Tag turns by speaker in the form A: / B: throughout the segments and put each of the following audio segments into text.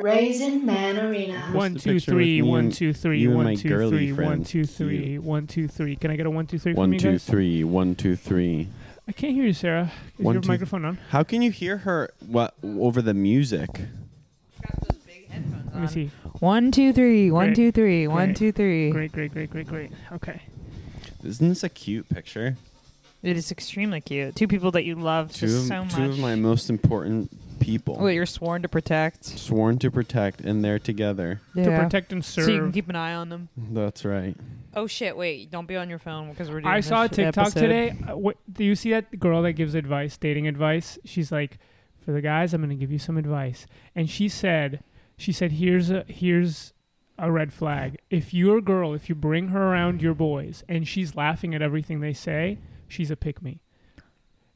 A: Raisin Man Arena.
B: One
C: the
B: two
C: picture with
B: three
C: me
B: one
C: and-
B: two three
C: you and
B: one
C: my
B: two
C: girly
B: three one
C: friend,
B: two three one two three. Can I get a one two three from
C: One
B: you
C: two
B: guys?
C: three, one two three.
B: I can't hear you, Sarah. Is
C: One,
B: your
C: two-
B: microphone on?
C: How can you hear her what over the music?
B: Let me
C: Um,
B: see.
C: eh.
D: One, two, three. One,
B: Great.
D: two, three. One,
B: Great.
D: two, three.
B: Great, great, great, great, great. Okay.
C: Isn't this a cute picture?
D: It is extremely cute. Two people that you love
C: Two,
D: just
C: of,
D: so much.
C: two of my most important people
D: Well, you're sworn to protect.
C: sworn to protect, and they're together.
B: To protect and serve.
D: So you can keep an eye on them.
C: That's right.
D: Oh shit! Wait, don't be on your phone because we're. Doing
B: I
D: this
B: saw a
D: sh-
B: TikTok
D: episode.
B: today. Uh, what, do you see that girl that gives advice, dating advice? She's like, for the guys, I'm going to give you some advice. And she said, she said, here's a here's a red flag. If your girl, if you bring her around your boys, and she's laughing at everything they say, she's a pick me.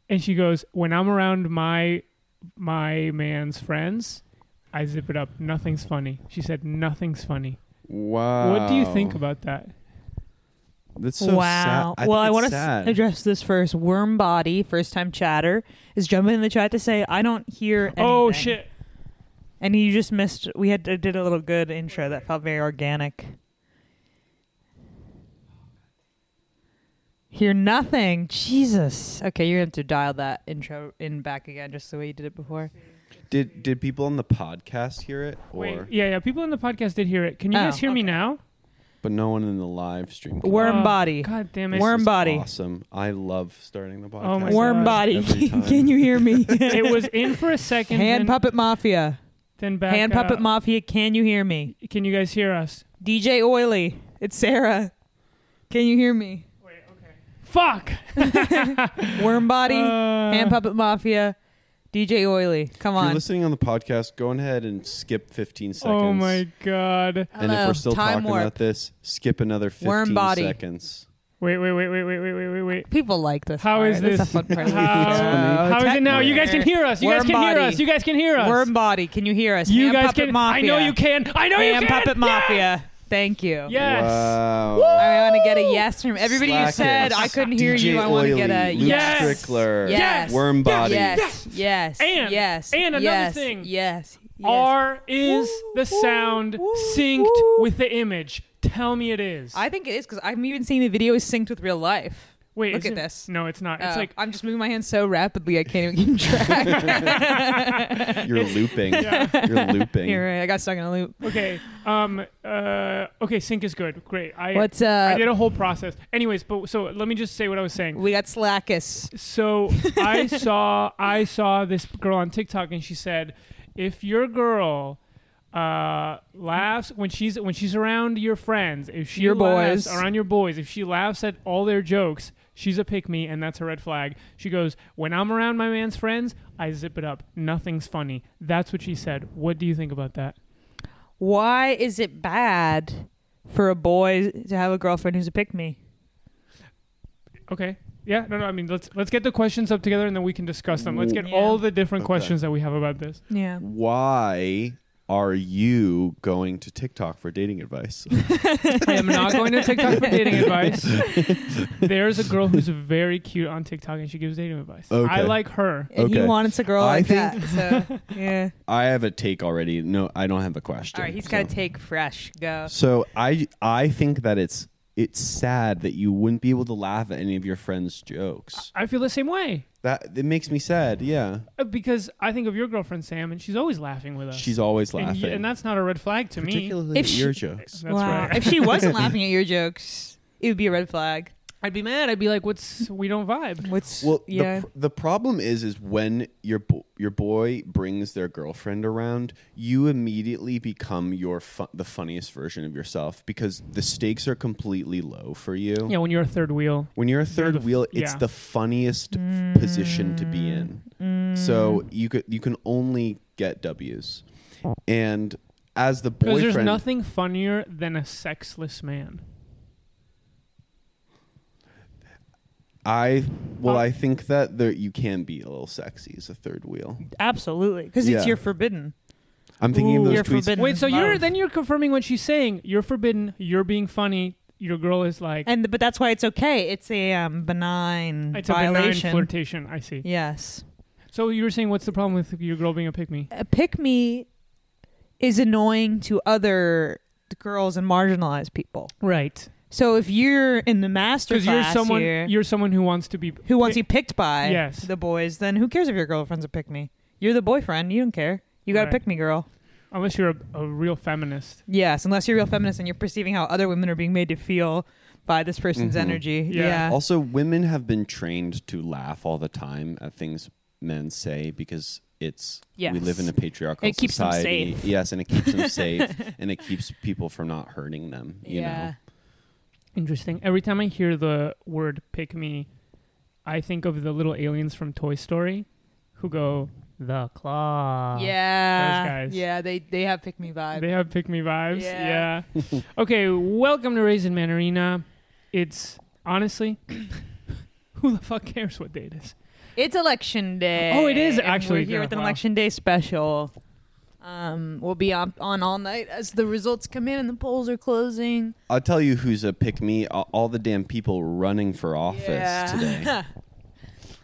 B: And she goes, when I'm around my my man's friends, I zip it up. Nothing's funny. She said, nothing's funny.
C: Wow.
B: What do you think about that?
C: That's so
D: wow.
C: sad.
D: well, I
C: want
D: want to address this first. Worm body, first time chatter, is jumping in the chat to say I don't hear. Anything.
B: Oh shit.
D: And you just missed. We had did a little good intro that felt very organic. Hear nothing, Jesus. Okay, you're gonna have to dial that intro in back again, just the way you did it before.
C: Did did people on the podcast hear it, or
B: Wait, yeah, yeah. People in the podcast did hear it. Can you
D: Oh,
B: guys hear me
D: okay.
B: now?
C: but no one in the live stream? can-
D: Worm
B: Uh,
D: body,
B: God damn it.
C: This
D: Worm
C: is
D: body.
C: Awesome. I love starting the podcast.
B: Oh my
D: worm
B: God.
D: body.
C: Every time.
D: Can you hear me?
B: it was in for a second.
D: Hand
B: then,
D: puppet mafia.
B: Then back
D: Hand
B: out.
D: puppet mafia. Can you hear me?
B: Can you guys hear us?
D: DJ Oily. It's Sarah. Can you hear me?
B: Wait, okay. Fuck.
D: Worm body.
B: Uh,
D: Hand puppet mafia. DJ Oily. Come
C: If you're
D: on.
C: listening on the podcast, go ahead and skip 15 seconds.
B: Oh my god.
C: And if
D: Hello.
C: we're still
D: Time
C: talking
D: warp.
C: about this, skip another 15
D: Worm body.
C: seconds.
B: Wait, wait, wait, wait, wait, wait, wait, wait, wait.
D: People like this.
B: How
D: part.
B: is
D: That's
B: this?
D: a fun part.
B: How, how is it now? You guys can hear us. You guys
D: Worm
B: can hear
D: body.
B: us. You guys can hear us.
D: Worm body. Can you hear us?
B: you
D: Hand
B: guys
D: puppet
B: can.
D: Mafia.
B: I know you can. I know
D: Hand
B: you can.
D: puppet mafia. Thank you.
B: Yes.
C: Wow.
D: I want to get a yes from everybody who
C: Slackers.
D: said I couldn't hear
C: DJ
D: you. I want to
C: Oily,
D: get a
C: Luke
D: yes.
C: Strickler,
D: Yes.
C: Worm Body.
D: Yes. Yes.
B: And-
D: yes.
B: and another
D: yes,
B: thing.
D: Yes. yes.
B: R is
D: Woo,
B: the
D: woo,
B: sound
D: woo,
B: synced
D: woo.
B: with the image. Tell me it is.
D: I think it is because I'm even seeing the video is synced with real life.
B: Wait,
D: look
B: is
D: at
B: it-
D: this.
B: No, it's not. It's
D: Oh,
B: like
D: I'm just moving my hands so rapidly I can't even keep track.
C: You're looping.
B: Yeah.
C: You're looping.
D: You're right. I got stuck in a loop.
B: okay. Um. Uh. Okay. Sync is good. Great. I.
D: What's uh?
B: I did a whole process. Anyways, but so let me just say what I was saying.
D: we got Slackus.
B: So I saw I saw this girl on TikTok and she said, if your girl uh laughs when she's when she's around your friends, if she
D: Your
B: laughs
D: boys.
B: around your boys, if she laughs at all their jokes, she's a pick me and that's a red flag. She goes, When I'm around my man's friends, I zip it up. Nothing's funny. That's what she said. What do you think about that?
D: Why is it bad for a boy to have a girlfriend who's a pick me?
B: Okay. Yeah, no, no. I mean, let's let's get the questions up together, and then we can discuss them. Let's get
D: Yeah.
B: all the different
C: Okay.
B: questions that we have about this.
D: Yeah.
C: Why are you going to TikTok for dating advice?
B: I am not going to TikTok for dating advice. There's a girl who's very cute on TikTok, and she gives dating advice.
C: Okay.
B: I like her.
D: And he
C: Okay.
D: wants a girl
C: I
D: like
C: think-
D: that. So yeah.
C: I have a take already. No, I don't have a question.
D: All right. He's
C: so.
D: got to take fresh. Go.
C: So I I think that it's it's sad that you wouldn't be able to laugh at any of your friends' jokes.
B: I feel the same way
C: That it makes me sad. Yeah,
B: Uh, because I think of your girlfriend Sam, and she's always laughing with us.
C: she's always
B: and,
C: laughing.
B: y- and that's not a red flag to me.
C: particularly
D: If
C: at
D: she-
C: your jokes.
B: That's
D: wow.
B: right.
D: if she wasn't laughing at your jokes, it would be a red flag.
B: I'd be mad. I'd be like, "What's we don't vibe."
D: What's
C: Well, the,
D: yeah?
C: pr- the problem is, is when your bo- your boy brings their girlfriend around, you immediately become your fu- the funniest version of yourself because the stakes are completely low for you.
B: Yeah, when you're a third wheel.
C: When you're a third
B: the f-
C: wheel, it's
B: yeah.
C: the funniest f- position to be in. So you could you can only get W's, and as the
B: Because
C: boyfriend,
B: there's nothing funnier than a sexless man.
C: I well,
B: Uh,
C: I think that there, you can be a little sexy as a third wheel.
D: Absolutely, because
C: Yeah.
D: it's your forbidden.
C: I'm thinking
D: Ooh.
C: of
D: You're
C: those tweets.
D: forbidden.
B: Wait, so
D: Love.
B: you're then you're confirming what she's saying. You're forbidden. You're being funny. Your girl is like,
D: and but that's why it's okay. It's a um, benign
B: it's a benign
D: violation.
B: flirtation. I see.
D: yes,
B: So you were saying, what's the problem with your girl being a pick me?
D: a pick me is annoying to other girls and marginalized people.
B: right?
D: So if you're in the master
B: Because you're
D: class
B: someone
D: here,
B: you're someone who wants to be
D: who wants you picked by
B: Yes.
D: the boys, then who cares if your girlfriend's a pick me? You're the boyfriend. You don't care. You got to
B: Right.
D: pick me, girl.
B: unless you're a, a real feminist.
D: Yes, unless you're a real feminist and you're perceiving how other women are being made to feel by this person's
C: Mhm.
D: energy.
B: Yeah.
D: Yeah.
C: Also, women have been trained to laugh all the time at things men say because it's we
D: Yes.
C: live in a patriarchal
D: It keeps them
C: society. Yes, and it keeps them safe and it keeps people from not hurting them. You
D: yeah.
C: know,
B: Interesting. Every time I hear the word "pick me," I think of the little aliens from Toy Story, who go the claw.
D: yeah.
B: Uh, Those guys.
D: Yeah, they they have pick me vibe.
B: They have pick me vibes. Yeah.
D: Yeah.
B: okay, welcome to Raisin Man Arena. It's honestly, who the fuck cares what day it is?
D: It's election day.
B: Oh, it is
D: and
B: actually,
D: We're here
B: yeah,
D: with an
B: wow.
D: election day special. Um, we'll be on, on all night as the results come in and the polls are closing.
C: I'll tell you who's a pick me. a- All the damn people running for office
D: Yeah.
C: today. Yup.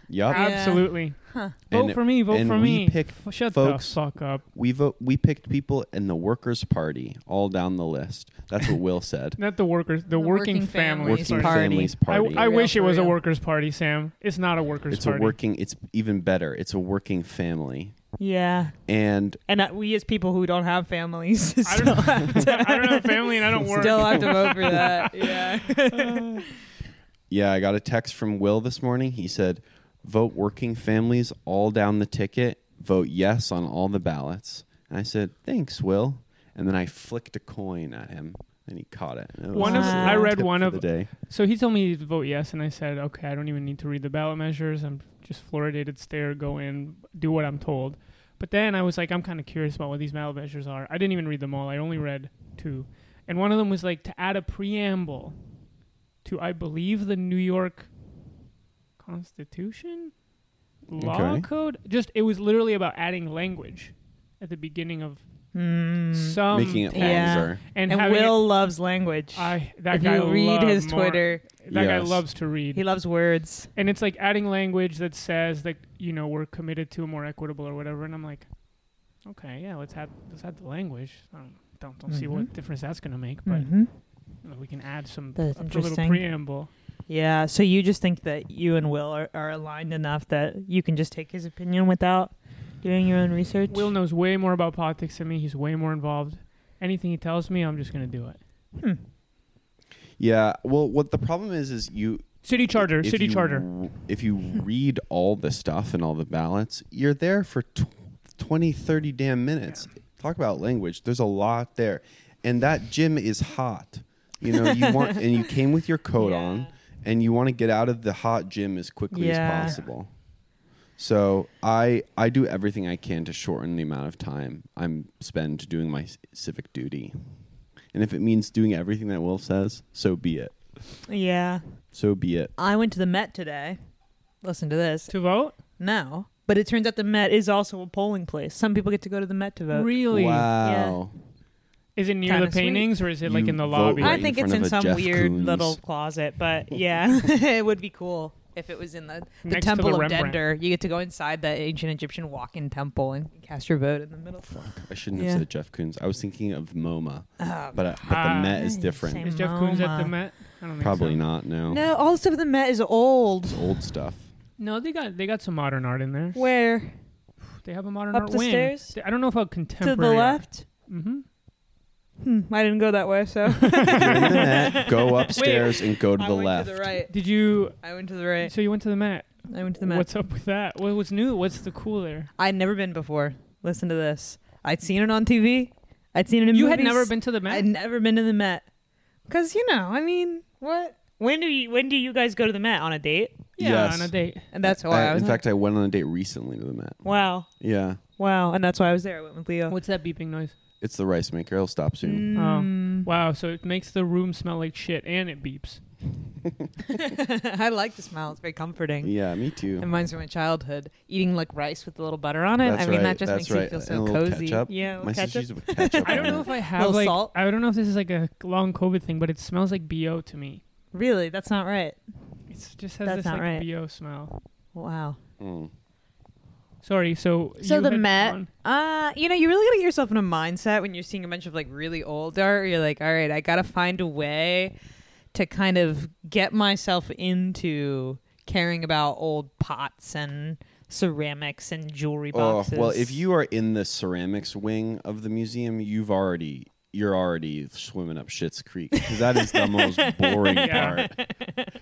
D: Yeah.
B: Absolutely. Vote
C: And-
B: for me. Vote
C: and
B: for
C: we
B: me.
C: pick
B: F- Shut
C: folks-
B: the fuck up.
C: We vote. We picked people in the Workers' Party all down the list. That's what Will said.
B: Not the workers. The, working,
D: Working
B: families.
D: Families
C: Working
D: Party.
C: Families
B: I,
C: Party.
B: I wish it
D: Real,
B: was a
D: real.
B: workers' party, Sam. It's not a workers'
C: it's
B: party.
C: a working. It's even better. It's a working family.
D: Yeah,
C: And
D: and uh, we as people who don't have families
B: I don't,
D: still have to,
B: I don't have a family and I don't work.
D: still have to vote for that. Yeah,
C: Yeah, I got a text from Will this morning. He said, "Vote working families all down the ticket. Vote yes on all the ballots." And I said, "Thanks, Will." And then I flicked a coin at him, and he caught it. And it was
B: One
D: of-
C: his
D: I
C: little
B: read
C: tip
B: one
C: for
B: of-
C: the day.
B: So he told me to vote yes, and I said, okay, I don't even need to read the ballot measures. I'm just fluoridated stare, go in, do what I'm told. But then I was like, I'm kind of curious about what these ballot measures are. I didn't even read them all. I only read two, and one of them was like to add a preamble to, I believe, the New York Constitution law
C: Okay.
B: code. Just it was literally about adding language at the beginning of
D: Hmm.
B: some
C: making it
B: text.
D: yeah.
C: longer.
B: and,
D: and
B: having it-
D: Will loves language.
B: I that
D: if
B: guy
D: you read
B: loved
D: his
B: more-
D: Twitter,
B: That guy
C: Yes.
B: loves to read.
D: he loves words.
B: and it's like adding language that says that you know we're committed to a more equitable or whatever and i'm like okay yeah let's add let's add the language i don't don't, don't see
D: Mm-hmm.
B: what difference that's going to make but
D: Mhm.
B: you know, we can add some
D: That's
B: a little
D: interesting.
B: preamble
D: Yeah, so you just think that you and Will are, are aligned enough that you can just take his opinion without doing your own research?
B: will knows way more about politics than me he's way more involved anything he tells me i'm just going to do it
C: Yeah. Well, what the problem is is you
B: city charter
C: if
B: city
C: you-
B: charter
C: If you read all the stuff and all the ballots, you're there for tw- 20, 30 damn minutes. Talk about language. There's a lot there. And that gym is hot. You know, you want and you came with your coat
D: Yeah.
C: on and you want to get out of the hot gym as quickly
D: Yeah.
C: as possible. So, I I do everything I can to shorten the amount of time I'm spend doing my c- civic duty. And if it means doing everything that Wolf says, so be it.
D: Yeah.
C: So be it.
D: I went to the Met today. Listen to this.
B: to vote
D: No. But it turns out the Met is also a polling place. Some people get to go to the Met to vote.
B: really
C: Wow.
B: is it near
D: Kinda
B: the
D: sweet.
B: paintings or is it like
C: You
B: in the
C: vote
B: lobby
D: I
C: Right in
D: think it's
C: front
D: in
C: of a
D: some
C: Jeff
D: weird
C: Koons.
D: little closet, but yeah, it would be cool if it was in the, the
B: Next to
D: Temple
B: the
D: of
B: Rembrandt.
D: Dender. You get to go inside the ancient Egyptian walk in temple and cast your vote in the middle.
C: I shouldn't
D: Yeah.
C: have said Jeff Koons. I was thinking of MoMA,
D: Um,
C: but, uh, but the
B: Ah.
C: Met is
D: Yeah,
C: different.
D: same.
B: is jeff koons at the
D: MoMA.
B: met i don't think
C: Probably
B: so.
C: not. No.
D: no, all the stuff at the Met is old.
C: It's old stuff.
B: no they got they got some modern art in there
D: Where?
B: they have a modern
D: Up
B: art
D: the
B: wing
D: stairs?
B: i don't know if how
D: To
B: contemporary
D: the left?
B: hmm
D: Hmm, I didn't go that way, so
C: If you're in the Met, go upstairs and go to
D: I
C: the
D: went
C: left.
D: to the right.
B: Did you?
D: I went to the right.
B: So you went to the Met.
D: I went to the Met.
B: What's up with that? What was new? What's the cool there?
D: I'd never been before. Listen to this. I'd seen it on TV. I'd seen it in
B: you
D: movies.
B: had never been to the Met.
D: I'd never been to the Met. Cause you know, I mean, what? When do you when do you guys go to the Met on a date?
B: yeah,
C: Yes.
B: on a date.
D: And that's why I,
C: I-
D: was
C: Uh, in fact, I went on a date recently to the Met.
D: wow,
C: Yeah,
D: wow, and that's why I was there. I went with Leo.
B: What's that beeping noise?
C: it's the rice maker. It'll stop soon.
D: Mm.
B: Oh, wow! So it makes the room smell like shit, and it beeps.
D: I like the smell. It's very comforming.
C: Yeah, me too.
D: It reminds me of my childhood eating like rice with a little butter on it.
C: That's
D: I mean,
C: right,
D: that just
C: that's
D: makes
C: right.
D: you feel
C: And
D: so
C: a little
D: cozy.
C: ketchup.
D: Yeah,
C: My sister
D: ketchup.
C: used to put ketchup.
B: I don't
C: on
B: know
C: it.
B: if I have
D: Little
B: like
D: salt?
B: I don't know if this is like a long COVID thing, but it smells like bo to me.
D: Really, that's not right.
B: It just has
D: That's
B: this
D: not
B: like
D: right.
B: bo smell.
D: Wow.
C: Mm.
B: Sorry. So
D: So
B: you
D: the
B: had
D: Met-
B: gone-
D: Uh, you know, you really gotta get yourself in a mindset when you're seeing a bunch of like really old art. You're like, all right, I gotta find a way to kind of get myself into caring about old pots and ceramics and jewelry
C: Oh,
D: boxes.
C: well, if you are in the ceramics wing of the museum, you've already you're already swimming up Shit's Creek because that is the most boring
B: Yeah.
C: part.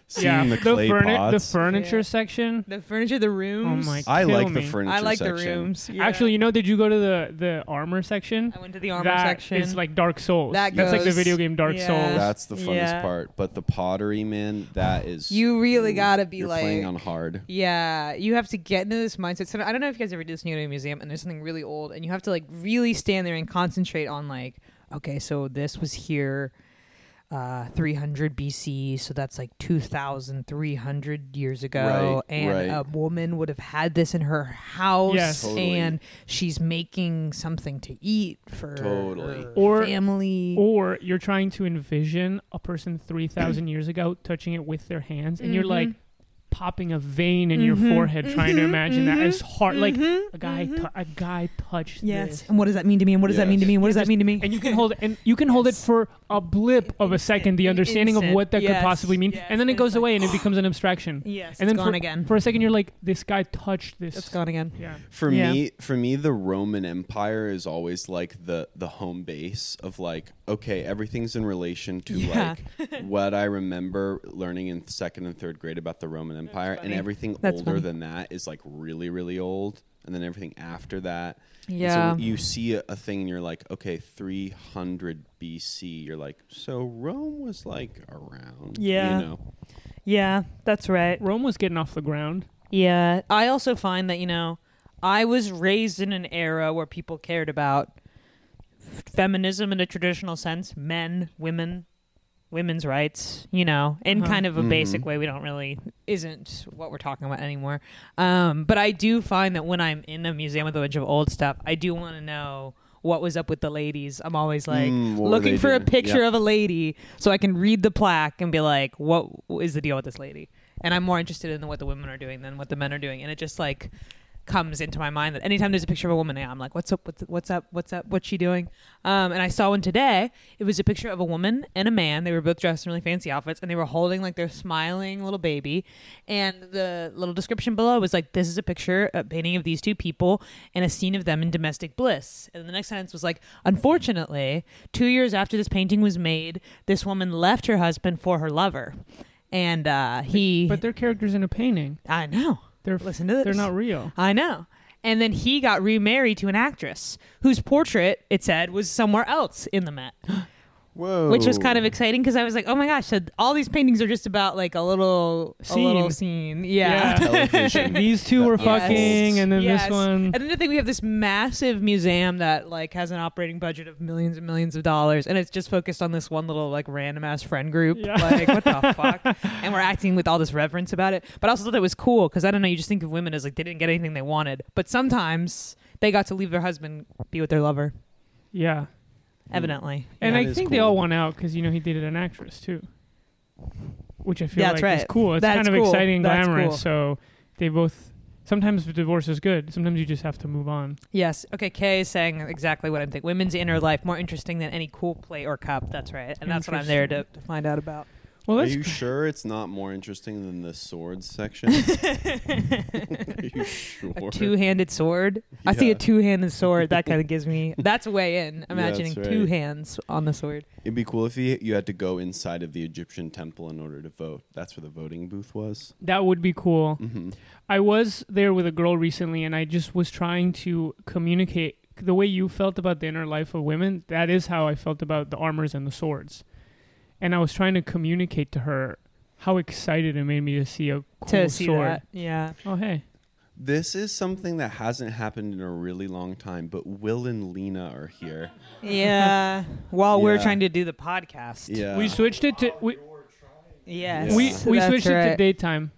C: Seeing
B: yeah,
C: the clay
B: furni- the
C: pots.
B: furniture
D: Yeah.
B: section.
D: the furniture, the rooms.
B: Oh my
C: I
B: Kill
C: like the
B: me.
C: furniture.
D: I like the
C: section.
D: rooms. Yeah.
B: Actually, you know, did you go to the the armor section?
D: I went to the armor
B: That
D: section.
B: is like Dark Souls.
D: That
B: That's like the
D: goes-
B: video game Dark
D: yeah.
B: Souls.
C: That's the funnest
D: Yeah.
C: part. But the pottery, man, that is
D: You really gotta be
C: you're playing
D: like-
C: on hard.
D: Yeah, you have to get into this mindset. So I don't know if you guys ever do this in a museum, and there's something really old, and you have to like really stand there and concentrate on like, okay, so this was here, uh, 300 BC, so that's like 2,300 years ago,
C: Right,
D: and
C: right.
D: a woman would have had this in her house,
B: Yes.
C: Totally.
D: and she's making something to eat for
C: Totally.
D: her
B: Or-
D: family.
B: Or you're trying to envision a person 3,000 years ago touching it with their hands, and you're
D: Mm-hmm.
B: like popping a vein in your forehead trying to imagine
D: Mm-hmm.
B: that as hard. Like a guy, tou- a guy touched
D: yes,
B: this.
D: and what does that mean to me? And what does that mean to
C: Yes.
D: me? And what does
B: You
D: that mean to me?
B: And you can hold and you can hold it for a blip of a second, the
D: Instant.
B: understanding of what that could
D: Yes.
B: possibly mean,
D: Yes.
B: and then it
D: And
B: goes
D: it's like,
B: away and it becomes an abstraction.
D: yes,
B: and then
D: it's gone
B: for,
D: again.
B: for a second, you're like, this guy touched this.
D: it's gone again.
B: Yeah.
C: For
D: Yeah.
C: me, for me, the Roman Empire is always like the the home base of like, okay, everything's in relation to
D: Yeah.
C: like what I remember learning in second and third grade about the Roman Empire, and
D: funny.
C: everything
D: That's
C: older
D: funny.
C: than that is like really, really old, and then everything after that. And
D: Yeah.
C: So you see a, a thing, and you're like, okay, 300 BC. You're like, so Rome was like around.
D: Yeah.
C: You know.
D: Yeah, that's right.
B: Rome was getting off the ground.
D: Yeah. I also find that, you know, I was raised in an era where people cared about feminism in a traditional sense men, women, women's rights, you know, in
B: Uh-huh.
D: kind of a basic
C: Mhm.
D: way. We don't really, isn't what we're talking about anymore. Um, but I do find that when I'm in a museum with a bunch of old stuff, I do want to know. What was up with the ladies? I'm always like
C: Mm, what were
D: looking
C: they
D: for a
C: doing?
D: picture
C: Yeah.
D: of a lady so I can read the plaque and be like, what is the deal with this lady? And I'm more interested in what the women are doing than what the men are doing. And it just like comes into my mind that anytime there's a picture of a woman, I'm like, what's up? What's, what's up? What's up? What's she doing? Um, and I saw one today. It was a picture of a woman and a man. They were both dressed in really fancy outfits and they were holding like their smiling little baby. And the little description below was like, this is a picture, a painting of these two people and a scene of them in domestic bliss. And the next sentence was like, unfortunately, two years after this painting was made, this woman left her husband for her lover. And uh, he,
B: But they're characters in a painting.
D: I know.
B: They're
D: Listen to this.
B: They're not real.
D: I know. And then he got remarried to an actress whose portrait it said was somewhere else in the Met,
C: Whoa.
D: which was kind of exciting because I was like, "Oh my gosh!" So all these paintings are just about like a little
B: Scene.
D: a little scene, yeah.
C: television.
B: These two
C: That
B: were
C: unfolds.
B: fucking, and then
D: Yes.
B: this one.
D: And then the thing we have this massive museum that like has an operating budget of millions and millions of dollars, and it's just focused on this one little like random ass friend group.
B: Yeah.
D: Like what the fuck? And we're acting with all this reverence about it. But I also thought it was cool because I don't know, you just think of women as like they didn't get anything they wanted, but sometimes they got to leave their husband, be with their lover,
B: Yeah.
D: evidently.
B: And
C: That
B: I
C: is
B: think they
C: cool.
B: all won out because you know he dated an actress too, which I feel
D: That's
B: like is
D: right.
B: cool. It's
D: That's
B: kind of
D: cool.
B: exciting, and
D: That's
B: glamorous.
D: cool.
B: So they both. Sometimes divorce is good. Sometimes you just have to move on.
D: Yes. Okay. Kay is saying exactly what I'm thinking. Women's inner life more interesting than any cool plate or cup. That's right, and that's what I'm there to, to find out about.
B: Well,
C: Are
B: that's
C: you sure it's not more interesting than the swords section? Are you sure?
D: A two-handed sword. I see
C: Yeah.
D: a two-handed sword. That kind of gives me. That's way in. Imagining
C: that's
D: two
C: right.
D: hands on the sword.
C: It'd be cool if you, you had to go inside of the Egyptian temple in order to vote. That's where the voting booth was.
B: that would be cool.
C: Mhm.
B: I was there with a girl recently, and I just was trying to communicate the way you felt about the inner life of women. That is how I felt about the armors and the swords, and I was trying to communicate to her how excited it made me to see a cool
D: to see
B: sword.
D: that. Yeah.
B: Oh hey,
C: This is something that hasn't happened in a really long time, but Will and Lena are here.
D: Yeah. While we're
C: Yeah.
D: trying to do the podcast.
C: Yeah.
B: we switched it to we
D: Yes.
B: we,
C: Yeah.
B: we
D: That's
B: switched it to
D: right.
B: daytime.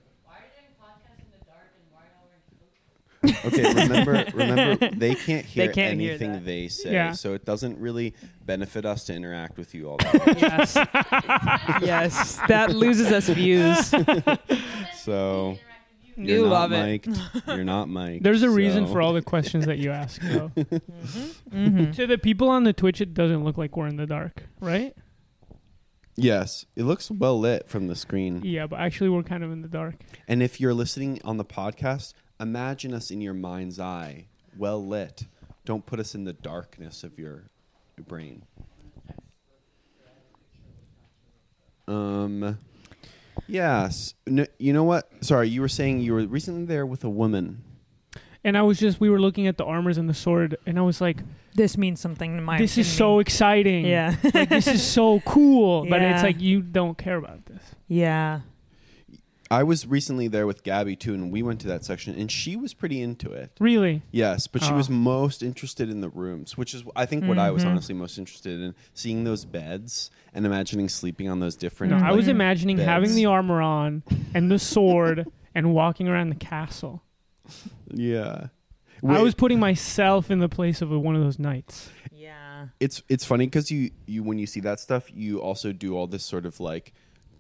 C: okay, remember remember they can't hear
D: can't hear
C: anything
D: that.
C: they say.
B: Yeah.
C: So it doesn't really benefit us to interact with you all that much.
D: Yes. yes. That loses us views.
C: so You're
D: you
C: not
D: love it.
C: mic'd. You're not Mike.
B: There's a reason for all the questions that you ask, though.
D: Mm-hmm.
B: to the people on the Twitch, it doesn't look like we're in the dark, right?
C: Yes, it looks well lit from the screen.
B: Yeah, but actually, we're kind of in the dark.
C: And if you're listening on the podcast, imagine us in your mind's eye, well lit. Don't put us in the darkness of your, your brain. Um, yes. No, you know what? Sorry, you were saying you were recently there with a woman.
B: And I was just, we were looking at the armors and the sword, and I was like,
D: This means something to my.
B: this is
D: to
B: so
D: me.
B: exciting.
D: Yeah.
B: Like, this is so cool. But
D: Yeah.
B: it's like, you don't care about this.
D: yeah.
C: I was recently there with Gabby too, and we went to that section, and she was pretty into it.
B: Really?
C: Yes, but she
B: Oh. Mm-hmm.
C: was most interested in the rooms, which is I think what I was honestly most interested in seeing those beds and imagining sleeping on those different.
D: Mm-hmm.
B: No, I
C: like,
B: was imagining
C: beds.
B: having the armor on and the sword and walking around the castle.
C: Yeah,
B: I
C: Wait,
B: was putting myself in the place of one of those knights.
D: Yeah.
C: It's it's funny because you you when you see that stuff, you also do all this sort of like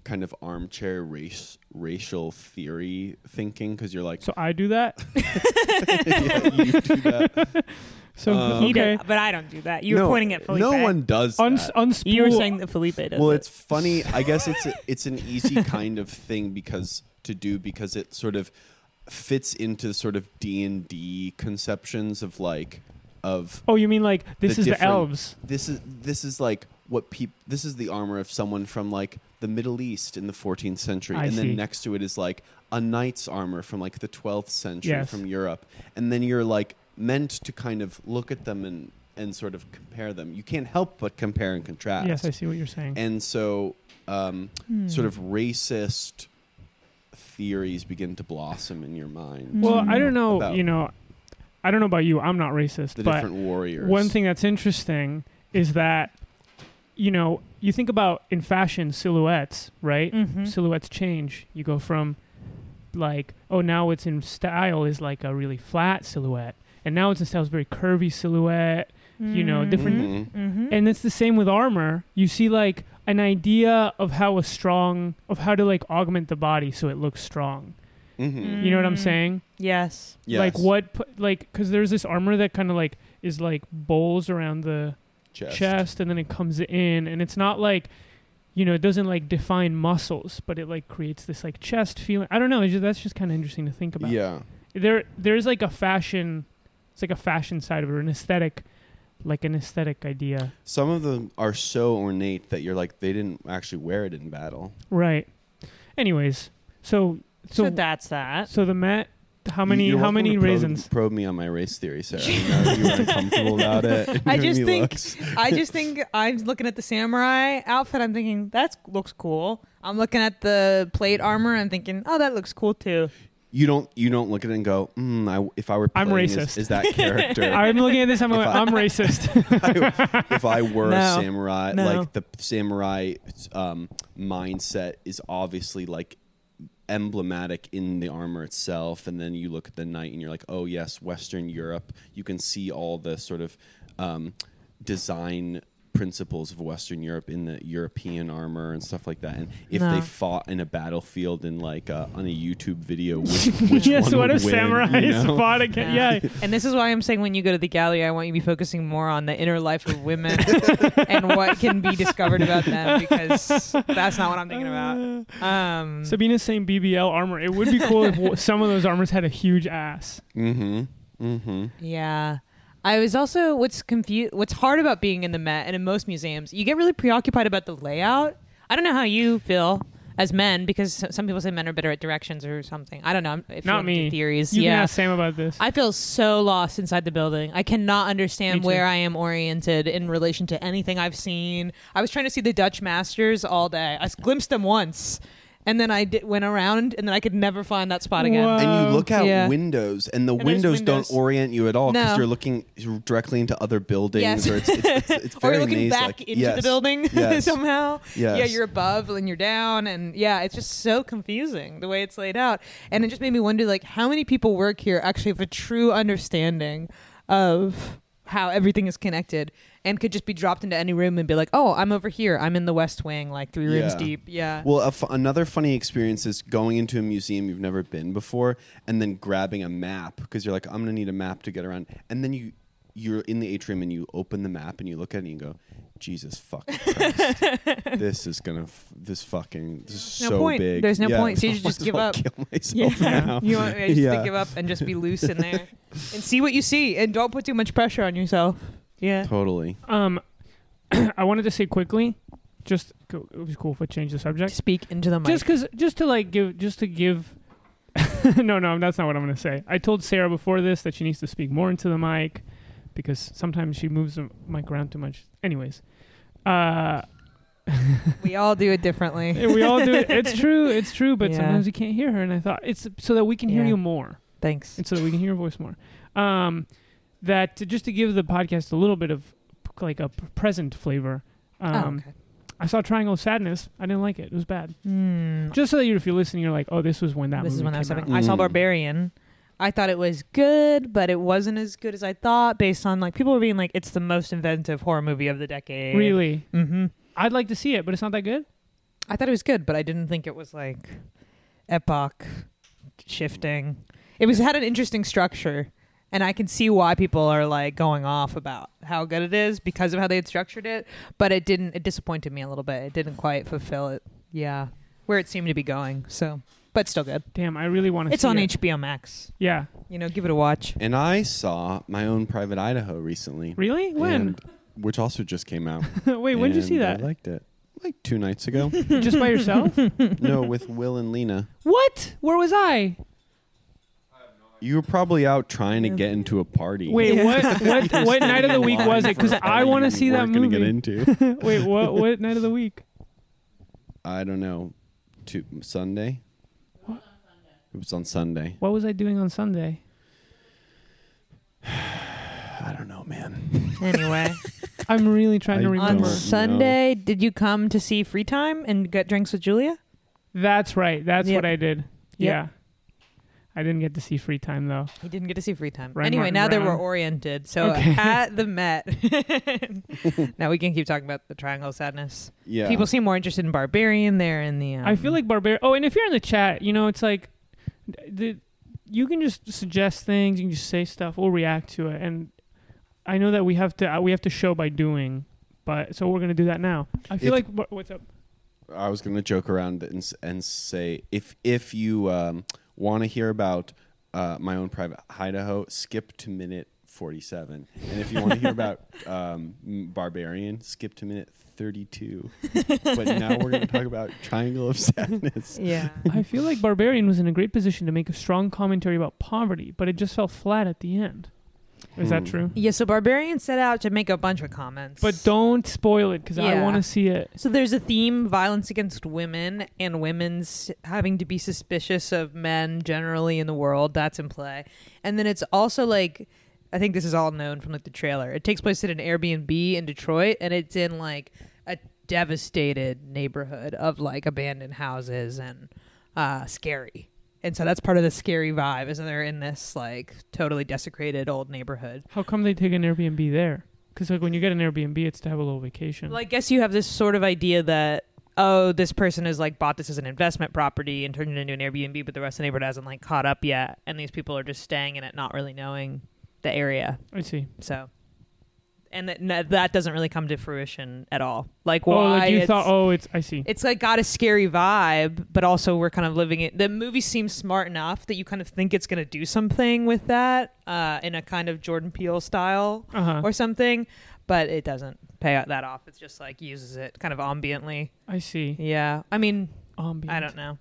C: kind of armchair race racial theory thinking because you're like
B: So I do that.
C: yeah, you do that.
B: So
C: Um,
D: You
B: okay,
D: don't- but I don't do that. You were
C: No,
D: pointing at Felipe.
C: No one does.
B: Uns-
C: that.
B: unspool.
D: You were saying that Felipe does.
C: well
D: it.
C: it's funny i guess it's a, it's an easy kind of thing because to do because it sort of fits into sort of d&d conceptions of like of
B: Oh, you mean like this
C: The
B: is the
C: different-
B: elves?
C: this is this is like what people this is the armor of someone from like the middle east in the 14th century
B: I
C: and
B: see.
C: then next to it is like a knight's armor from like the 12th century
B: Yes.
C: from europe and then you're like meant to kind of look at them and and sort of compare them you can't help but compare and contrast
B: Yes, I see what you're saying.
C: and so um, sort of
B: Hmm.
C: racist theories begin to blossom in your mind.
B: Hmm. well, I don't know.
C: About
B: You know, I don't know about you. I'm not racist,
C: the
B: but
C: different warriors.
B: one thing that's interesting is that you know you think about in fashion silhouettes, right?
D: Mhm.
B: silhouettes change. You go from like, oh, now it's in style is like a really flat silhouette, and now it's in style is very curvy silhouette. You
D: Mm-hmm.
B: know, different.
C: Mhm.
B: And it's the same with armor. You see like an idea of how a strong of how to like augment the body so it looks strong.
C: Mhm.
B: You know what I'm
D: Mm.
B: saying?
D: Yes.
C: Yes.
B: Hmm. Like what pu- like cuz there's this armor that kind of like is like bowls around the
C: chest?
B: chest and then it comes in and it's not like you know it doesn't like define muscles but it like creates this like chest feeling i don't know it's just, that's just kind of interesting to think about
C: Yeah.
B: there there's like a fashion it's like a fashion side of it or an aesthetic like an aesthetic idea
C: Some of them are so ornate that you're like they didn't actually wear it in battle.
B: right anyways so so
D: So,
B: so,
D: that's that.
B: the mat how
C: You-
B: many
C: you're
B: how
C: welcome
B: many
C: to probe-
B: raisins
C: Probe, me on my race theory, Sarah. You know, you were uncomfortable about it.
D: I
C: Give
D: just
C: me
D: think-
C: looks.
D: I just think I'm looking at the samurai outfit. I'm thinking that looks cool. I'm looking at the plate armor. I'm thinking, oh, that looks cool too.
C: you don't you don't look at it and go, mm, I, if I were
B: I'm
C: playing as-
B: racist.
C: as that character,
B: i'm looking at this i'm
C: If
B: going,
C: I-
B: i'm racist
C: I- if I were
D: No.
C: a samurai,
D: No.
C: like the samurai um, mindset is obviously like emblematic in the armor itself, and then you look at the knight and you're like, oh yes, Western Europe. You can see all the sort of um, design principles of Western Europe in the European armor and stuff like that. And if
D: No.
C: they fought in a battlefield in like uh, on a YouTube video, which, which
B: yes
C: one
B: what
C: would
B: if
C: win,
B: samurai
C: you
B: is
C: know?
B: fought again
D: Yeah.
B: yeah
D: And this is why I'm saying when you go to the gallery, I want you to be focusing more on the inner life of women and what can be discovered about them because that's not what I'm thinking about. Um,
B: Sabina's saying BBL armor. It would be cool if w- some of those armors had a huge ass.
C: Mm-hmm. Mm-hmm.
D: yeah. I was also what's confu- what's hard about being in the Met and in most museums, you get really preoccupied about the layout. I don't know how you feel as men because s- some people say men are better at directions or something. I don't know. I'm- If you
B: Not
D: wanna do
B: me.
D: Theories.
B: You
D: yeah.
B: can ask Sam about this.
D: I feel so lost inside the building. I cannot understand
B: Me too.
D: where I am oriented in relation to anything I've seen. I was trying to see the Dutch Masters all day. I s- glimpsed them once, and then I did, went around, and then I could never find that spot again.
B: Whoa.
C: and
B: Um,
C: you look out
D: yeah.
C: windows, and the
D: And there's
C: windows,
D: windows.
C: don't orient you at all because
D: No.
C: you're looking directly into other buildings,
D: Yes.
C: or it's, it's, it's, it's
D: or
C: very
D: you're looking
C: maze-like.
D: back into
C: Yes.
D: the building
C: Yes.
D: somehow.
C: Yes.
D: Yeah, you're above and you're down, and yeah, it's just so confusing the way it's laid out. And it just made me wonder, like, how many people work here actually have a true understanding of how everything is connected and could just be dropped into any room and be like, oh, I'm over here. I'm in the West Wing, like three rooms
C: Yeah.
D: deep. Yeah.
C: Well, a f- another funny experience is going into a museum you've never been before and then grabbing a map because you're like, I'm going to need a map to get around. And then you you're in the atrium and you open the map and you look at it and you go, Jesus fuck, Christ. this is gonna f- this fucking this is
D: No
C: so
D: point.
C: big.
D: There's no
C: Yeah,
D: point. So you
C: I
D: should
C: might
D: just
C: as
D: give
C: well
D: up.
C: Kill myself now.
D: You want me just
C: Yeah.
D: to give up and just be loose in there and see what you see and don't put too much pressure on yourself. Yeah.
C: Totally.
B: Um, I wanted to say quickly, just co- it was cool if I change the subject.
D: Speak into the mic.
B: Just 'cause just to like give, just to give. no, no, that's not what I'm going to say. I told Sarah before this that she needs to speak more into the mic because sometimes she moves the mic around too much. Anyways, uh,
D: we all do it differently.
B: we all do. It. It's true. It's true. But
D: Yeah.
B: sometimes you can't hear her, and I thought it's so that we can hear
D: Yeah.
B: you more.
D: Thanks.
B: and so that we can hear your voice more. Um, that just to give the podcast a little bit of like a p- present flavor. Um,
D: oh, okay.
B: I saw Triangle of Sadness. I didn't like it. It was bad.
D: Hmm.
B: Just so that you, if you're listening, you're like, oh, this was when that
D: this
B: movie
D: is when I was
B: came
D: having.
B: out.
D: I saw
C: Mm.
D: Barbarian. I thought it was good, but it wasn't as good as I thought. Based on like people were being like, it's the most inventive horror movie of the decade.
B: Really,
D: Mm-hmm.
B: I'd like to see it, but it's not that good.
D: I thought it was good, but I didn't think it was like epoch shifting. It was had an interesting structure, and I can see why people are like going off about how good it is because of how they had structured it. But it didn't. It disappointed me a little bit. It didn't quite fulfill it. Yeah, where it seemed to be going. So, but still good.
B: Damn, I really want to.
D: It's
B: see
D: on
B: it.
D: HBO Max.
B: Yeah,
D: You know, give it a watch.
C: And I saw my own Private Idaho recently.
B: really? When?
C: and- which also just came out.
B: Wait, when did you see
C: And
B: that?
C: I liked it. Like two nights ago.
B: just by yourself?
C: no, with Will and Lena.
B: what? Where was I?
C: You were probably out trying to get into a party.
B: Wait,
D: Yeah.
B: what? What? what night of the week was it? Because I want to see that
C: going to get
B: movie.
C: into.
B: Wait, what? What night of the week?
C: I don't know. To Sunday. It was on Sunday.
B: What was I doing on Sunday?
C: I don't know, man.
D: Anyway,
B: I'm really trying to
C: I
B: remember.
C: No.
D: on Sunday, did you come to see Free Time and get drinks with Julia?
B: That's right. That's
D: Yep.
B: what I did.
D: Yep.
B: Yeah. I didn't get to see free time though.
D: He didn't get to see free time.
B: Ryan
D: anyway,
B: Martin
D: now that
B: Brown.
D: we're oriented, so
B: Okay.
D: at the Met, now we can keep talking about the Triangle of Sadness.
C: Yeah.
D: People seem more interested in Barbarian there in the. Um,
B: I feel like barbarian. Oh, and if you're in the chat, you know, it's like the you can just suggest things, you can just say stuff, we'll react to it. And I know that we have to uh, we have to show by doing, but so we're going to do that now. I feel
C: If-
B: like bar- what's up?
C: I was going to joke around and s- and say if if you um, want to hear about uh, my own private Idaho, skip to minute forty seven, and if you want to hear about um, m- Barbarian, skip to minute thirty two. but now we're going to talk about Triangle of Sadness.
D: Yeah.
B: I feel like Barbarian was in a great position to make a strong commentary about poverty, but it just fell flat at the end. Is that
C: Hmm.
B: true?
D: yeah. So Barbarian set out to make a bunch of comments,
B: But don't spoil it cuz I
D: Yeah.
B: want to see it.
D: So there's a theme: violence against women and women's having to be suspicious of men generally in the world. That's in play, and then it's also like I think this is all known from like the trailer. It takes place at an Airbnb in Detroit, and it's in like a devastated neighborhood of like abandoned houses and uh, scary. And so that's part of the scary vibe, is that they're in this like totally desecrated old neighborhood.
B: How come they take an Airbnb there? Because like when you get an Airbnb, it's to have a little vacation.
D: Well, I guess you have this sort of idea that oh, this person has like bought this as an investment property and turned it into an Airbnb, but the rest of the neighborhood hasn't like caught up yet, and these people are just staying in it, not really knowing the area.
B: I see.
D: So, and that no, that doesn't really come to fruition at all. Like why
B: Oh, like you
D: it's-
B: thought. Oh, it's I see.
D: it's like got a scary vibe, but also we're kind of living it. The movie seems smart enough that you kind of think it's going to do something with that uh, in a kind of Jordan Peele style
B: Uh huh.
D: or something, but it doesn't pay out that off. It's just like uses it kind of ambiently.
B: I see.
D: Yeah. I mean,
B: Ambient.
D: I don't know.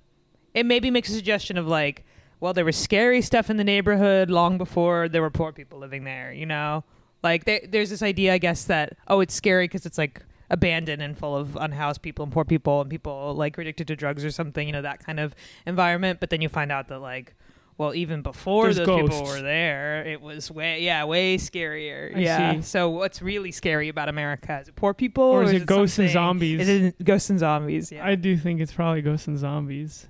D: It maybe makes a suggestion of like, well, there was scary stuff in the neighborhood long before there were poor people living there, you know? Like, there, there's this idea, I guess, that, oh, it's scary because it's like abandoned and full of unhoused people and poor people and people like addicted to drugs or something, you know, that kind of environment. But then you find out that, like, well, even before
B: There's
D: those people
B: ghosts.
D: were there, it was way, yeah, way scarier.
B: I
D: yeah.
B: see.
D: So, what's really scary about America? Is it poor people,
B: Or is it ghosts and
D: something-
B: zombies?
D: It is ghosts and zombies. Yeah.
B: I do think it's probably ghosts and zombies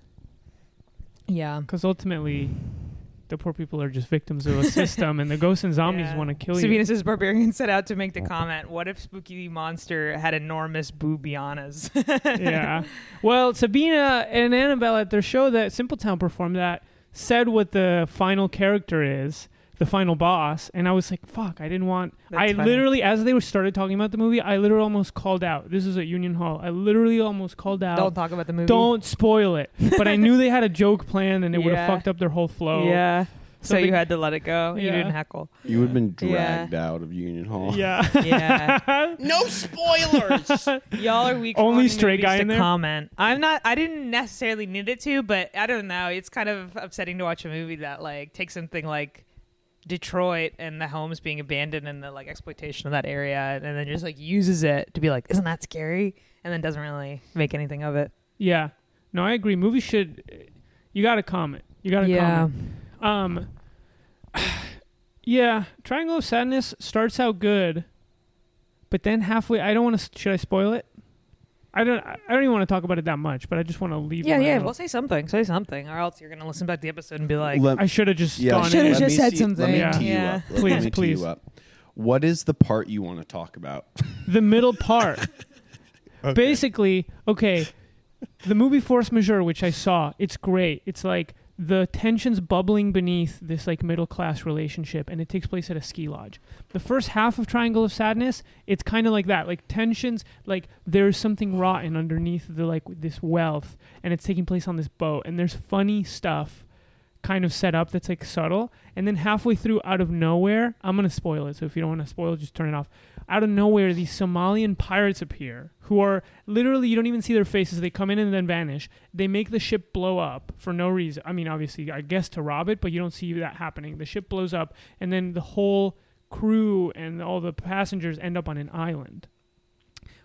D: yeah.
B: because ultimately, the poor people are just victims of a system, and the ghosts and zombies
D: Yeah.
B: want to kill you.
D: Sabinus's barbarian set out to make
B: Oh.
D: the comment, what if Spooky Monster had enormous boobianas?
B: yeah. Well, Sabina and Annabelle at their show that Simple Town performed that said what the final character is, the final boss, and I was like, "Fuck!" I didn't want.
D: That's
B: I
D: funny.
B: literally, as they were started talking about the movie, I literally almost called out. This is at Union Hall. I literally almost called out.
D: Don't talk about the movie.
B: Don't spoil it. But I knew they had a joke planned, and it would
D: Yeah.
B: have fucked up their whole flow.
D: Yeah. So,
B: Something-
D: you had to let it go. You
B: Yeah.
D: didn't heckle.
C: You would have been
D: Yeah.
C: dragged out of Union Hall.
B: Yeah.
D: Yeah.
C: No spoilers.
D: Y'all are weak. for
B: Only
D: wanting
B: straight
D: movies
B: guy
D: to
B: in there?
D: Comment. I'm not. I didn't necessarily need it to, but I don't know. It's kind of upsetting to watch a movie that like takes something like Detroit and the homes being abandoned and the like exploitation of that area, and then just like uses it to be like, isn't that scary? And then doesn't really make anything of it.
B: yeah. No, I agree. Movies should. You got to comment. You got to comment. Um, yeah, Triangle of Sadness starts out good, but then halfway, I don't want to. Should I spoil it? I don't. I I don't even want to talk about it that much, but I just want to leave.
D: Yeah,
B: it
D: yeah.
B: around.
D: Well, say something. Say something, or else you're gonna listen back to the episode and be like,
B: I should have just
C: yeah,
B: gone
D: Should've
B: in.
D: just-
C: me
D: said
C: tee-
D: something.
C: Let me
B: Yeah.
C: tee you
D: Yeah.
C: up. Let
B: Please,
C: me tee
B: please.
C: you up. What is the part you want to talk about?
B: the middle part. Basically, okay, the movie Force Majeure, which I saw, it's great. It's like the tensions bubbling beneath this like middle class relationship, and it takes place at a ski lodge. The first half of Triangle of Sadness, it's kind of like that, like tensions, like there's something rotten underneath the like this wealth, and it's taking place on this boat, and there's funny stuff kind of set up that's like subtle and then halfway through out of nowhere i'm going to spoil it so if you don't want to spoil just turn it off out of nowhere these somalian pirates appear who are literally you don't even see their faces they come in and then vanish they make the ship blow up for no reason i mean obviously i guess to rob it but you don't see that happening the ship blows up and then the whole crew and all the passengers end up on an island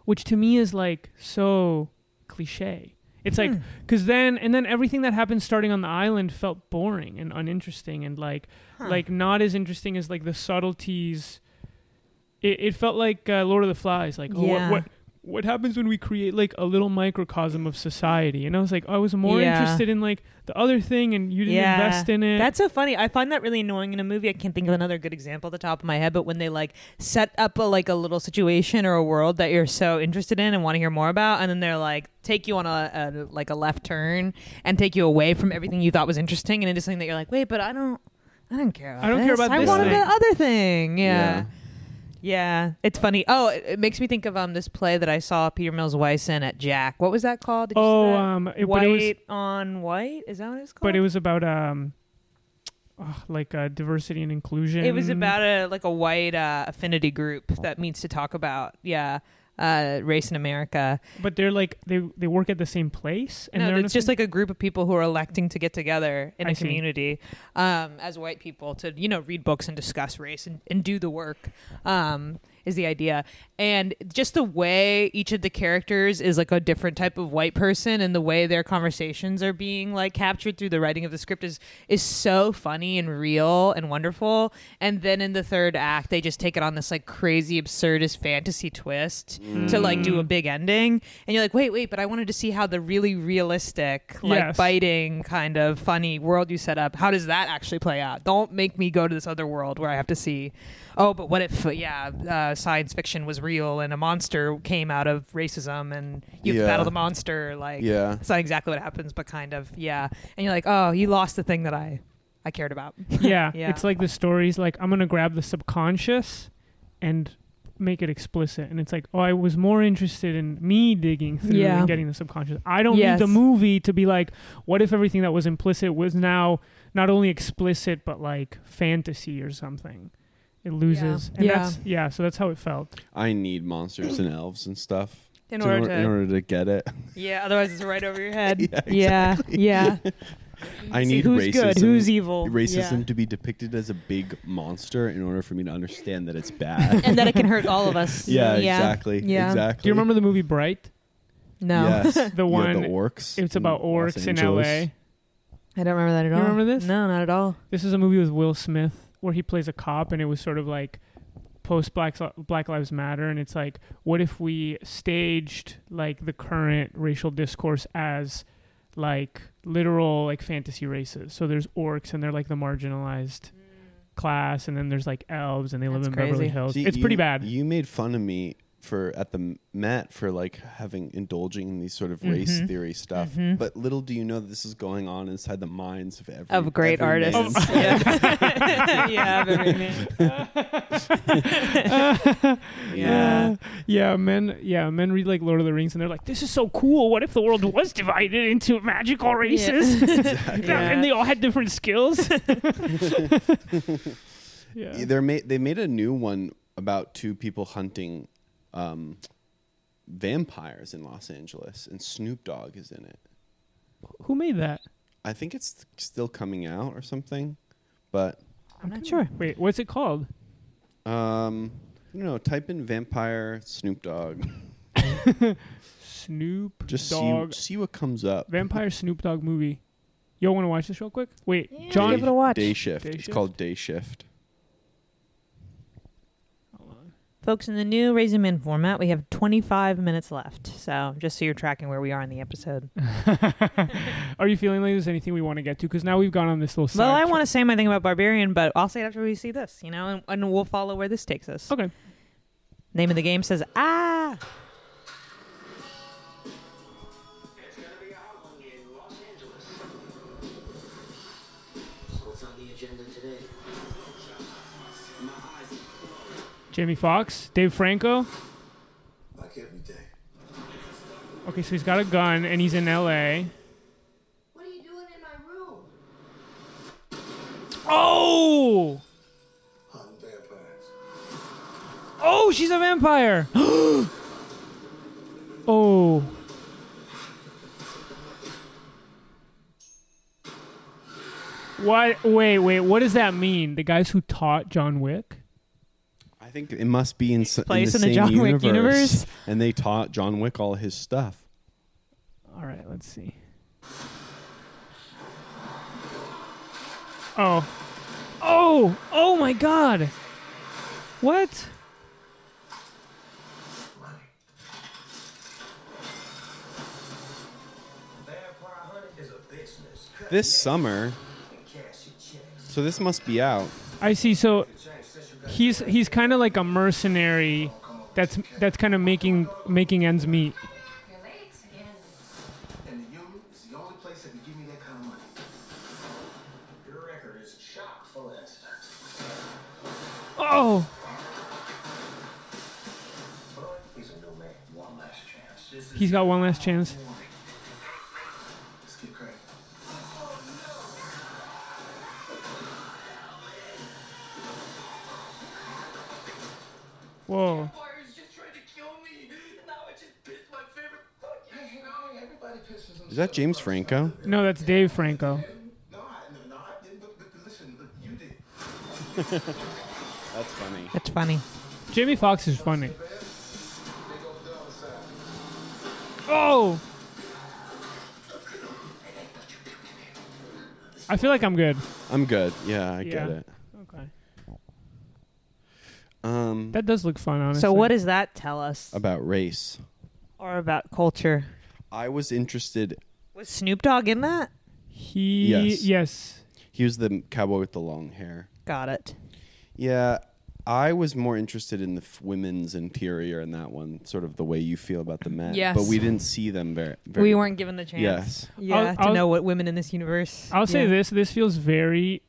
B: which to me is like so cliche it's
D: Hmm.
B: like because then and then everything that happened starting on the island felt boring and uninteresting and like like not as interesting as like the subtleties it, it felt like uh, lord of the flies like oh,
D: Yeah.
B: what, what what happens when we create like a little microcosm of society and i was like i was more
D: Yeah.
B: interested in like the other thing and you didn't
D: Yeah.
B: invest in it
D: That's so funny. I find that really annoying in a movie. I can't think of another good example at the top of my head, but when they like set up a like a little situation or a world that you're so interested in and want to hear more about, and then they're like take you on a, a like a left turn and take you away from everything you thought was interesting, and into something that you're like, wait, but I don't, I don't care. About
B: I don't care
D: this.
B: about
D: I
B: this
D: wanted
B: thing."
D: that other thing. yeah. Yeah, it's funny. Oh, it, it makes me think of um this play that I saw Peter Mills Weiss in at Jack. What was that called? Did you see
B: Oh,
D: that?
B: um, it-
D: white
B: but it was-
D: on white. Is that what it's called?
B: but it was about um ah, like uh, diversity and inclusion
D: It was about a like a white uh, affinity group that meets to talk about yeah uh, race in America.
B: but they're like they they work at the same place and
D: no,
B: they're in
D: it's
B: a-
D: just like a group of people who are electing to get together in a
B: I see.
D: community um, as white people to you know read books and discuss race and, and do the work um, is the idea. And just the way each of the characters is like a different type of white person, and the way their conversations are being like captured through the writing of the script is is so funny and real and wonderful. And then in the third act, they just take it on this like crazy absurdist fantasy twist to like do a big ending, and you're like, wait, wait, but I wanted to see how the really realistic, like
B: Yes.
D: biting kind of funny world you set up. How does that actually play out? Don't make me go to this other world where I have to see. Oh, but what if? uh, Yeah, uh, science fiction was real and a monster came out of racism, and you have
C: Yeah.
D: to battle the monster. Like,
C: Yeah.
D: it's not exactly what happens, but kind of, yeah. And you're like, oh, you lost the thing that I, I cared about.
B: yeah,
D: Yeah.
B: it's like the stories like I'm gonna grab the subconscious and make it explicit, and it's like, oh, I was more interested in me digging through
D: Yeah.
B: and getting the subconscious. I don't
D: Yes.
B: need the movie to be like, what if everything that was implicit was now not only explicit but like fantasy or something. It loses, and
D: Yeah.
B: that's yeah. So that's how it felt.
C: I need monsters and elves and stuff
D: In
C: to-
D: order
C: in
D: to,
C: order to get it.
D: yeah. Otherwise, it's right over your head.
C: Yeah,
D: yeah, yeah.
C: I
D: See
C: need
D: who's
C: racism.
D: good, who's evil,
C: Racism
D: Yeah.
C: to be depicted as a big monster in order for me to understand that it's bad.
D: and that it can hurt all of us.
C: yeah, exactly.
D: Yeah.
C: Exactly.
B: Do you remember the movie Bright?
D: No,
C: Yes.
B: The one
C: the orcs.
B: It's about
C: in Los
B: orcs in
C: Angeles.
B: L.A.
D: I don't remember that at
B: You
D: all.
B: remember this?
D: No, not at all.
B: This is a movie with Will Smith where he plays a cop, and it was sort of like post Black Black Lives Matter, and it's like, what if we staged like the current racial discourse as like literal like fantasy races. So there's orcs and they're like the marginalized class, and then there's like elves and they live
D: That's
B: in Beverly
D: crazy.
B: Hills.
C: See,
B: it's
C: you-
B: pretty bad.
C: You made fun of me for at the Met for like having indulging in these sort of race theory stuff. But little do you know that this is going on inside the minds of every
B: Mm,
D: of great
C: every man.
D: artists. yeah, yeah, of every man. yeah.
B: Uh, yeah, men. Yeah, men read like Lord of the Rings, and they're like, "This is so cool. What if the world was divided into magical races,
D: Yeah.
B: and they all had different skills?"
C: Yeah,
B: yeah.
C: They're made. They made a new one about two people hunting um, vampires in Los Angeles, and Snoop Dogg is in it.
B: Who made that?
C: I think it's still coming out or something, but
D: I'm not sure.
B: Wait, what's it called?
C: um, you know, type in vampire Snoop Dogg.
B: Snoop
C: Just
B: Dogg
C: see see what comes up.
B: Vampire Snoop Dogg movie. Y'all want to watch this real quick? Wait,
A: Yeah.
B: John.
D: Give it a watch.
C: Day shift.
B: Day
C: it's
B: Shift?
C: called day shift.
D: Folks, in the new Raise 'em In format, we have 25 minutes left. So just so you're tracking where we are in the episode.
B: Are you feeling like there's anything we want to get to? Because now we've gone on this little.
D: well,
B: side
D: I
B: tra-
D: want to say my thing about Barbarian, but I'll say it after we see this, you know, and, and we'll follow where this takes us.
B: Okay.
D: Name of the game says, ah.
E: It's gonna be a hot one in Los Angeles.
F: What's on the agenda today?
B: Jamie Foxx, Dave Franco.
G: Like every day.
B: Okay, so he's got a gun and he's in L.A.
A: What are you doing in my room?
B: Oh,
G: Hunting vampires.
B: oh, she's a vampire. oh, what? Wait, wait. What does that mean? The guys who taught John Wick.
C: I think it must be in, s- in the
D: place in the
C: same
D: John
C: universe.
D: Wick universe.
C: And they taught John Wick all his stuff.
B: All right, let's see. Oh. Oh! Oh my god! What?
E: Vampire hunting is a business. Cut
C: This summer,
E: and cash your checks.
C: so this must be out.
B: I see. So
E: Change since you got
B: he's he's kind of like a mercenary that's that's kind of making making ends meet.
A: Your legs again.
G: And the union is the only place that can give me that kind of money.
E: your record is chock full of accidents.
B: Oh!
E: But he's a new man. One last chance. This is
B: He's got one last chance.
G: Let's get cracking.
B: Whoa.
E: Fire's just trying to kill me. Now I just pissed my favorite cookie.
G: You know, everybody pisses on
C: Is that James Franco?
B: No, that's Dave Franco.
G: No, I, no, no, I didn't. But, but listen, look, you did.
C: That's funny.
D: That's funny.
B: Jamie Foxx is funny. Oh! I feel like I'm good.
C: I'm good. Yeah, I get
B: Yeah.
C: it.
B: Okay.
C: Um,
B: That does look fun, honestly.
D: So, what does that tell us?
B: Um,
C: about race.
D: Or about culture?
C: I was interested.
D: Was Snoop Dogg in that?
B: he?
C: Yes.
B: yes.
C: He was the cowboy with the long hair.
D: Got it.
C: Yeah, I was more interested in the f- women's interior and that one, sort of the way you feel about the men.
D: Yes.
C: But we didn't see them very. very
D: we weren't given the chance.
C: Yes.
D: Yeah,
B: I'll-
D: to
B: I'll-
D: know what women in this universe.
B: I'll say
D: Yeah.
B: this: this feels very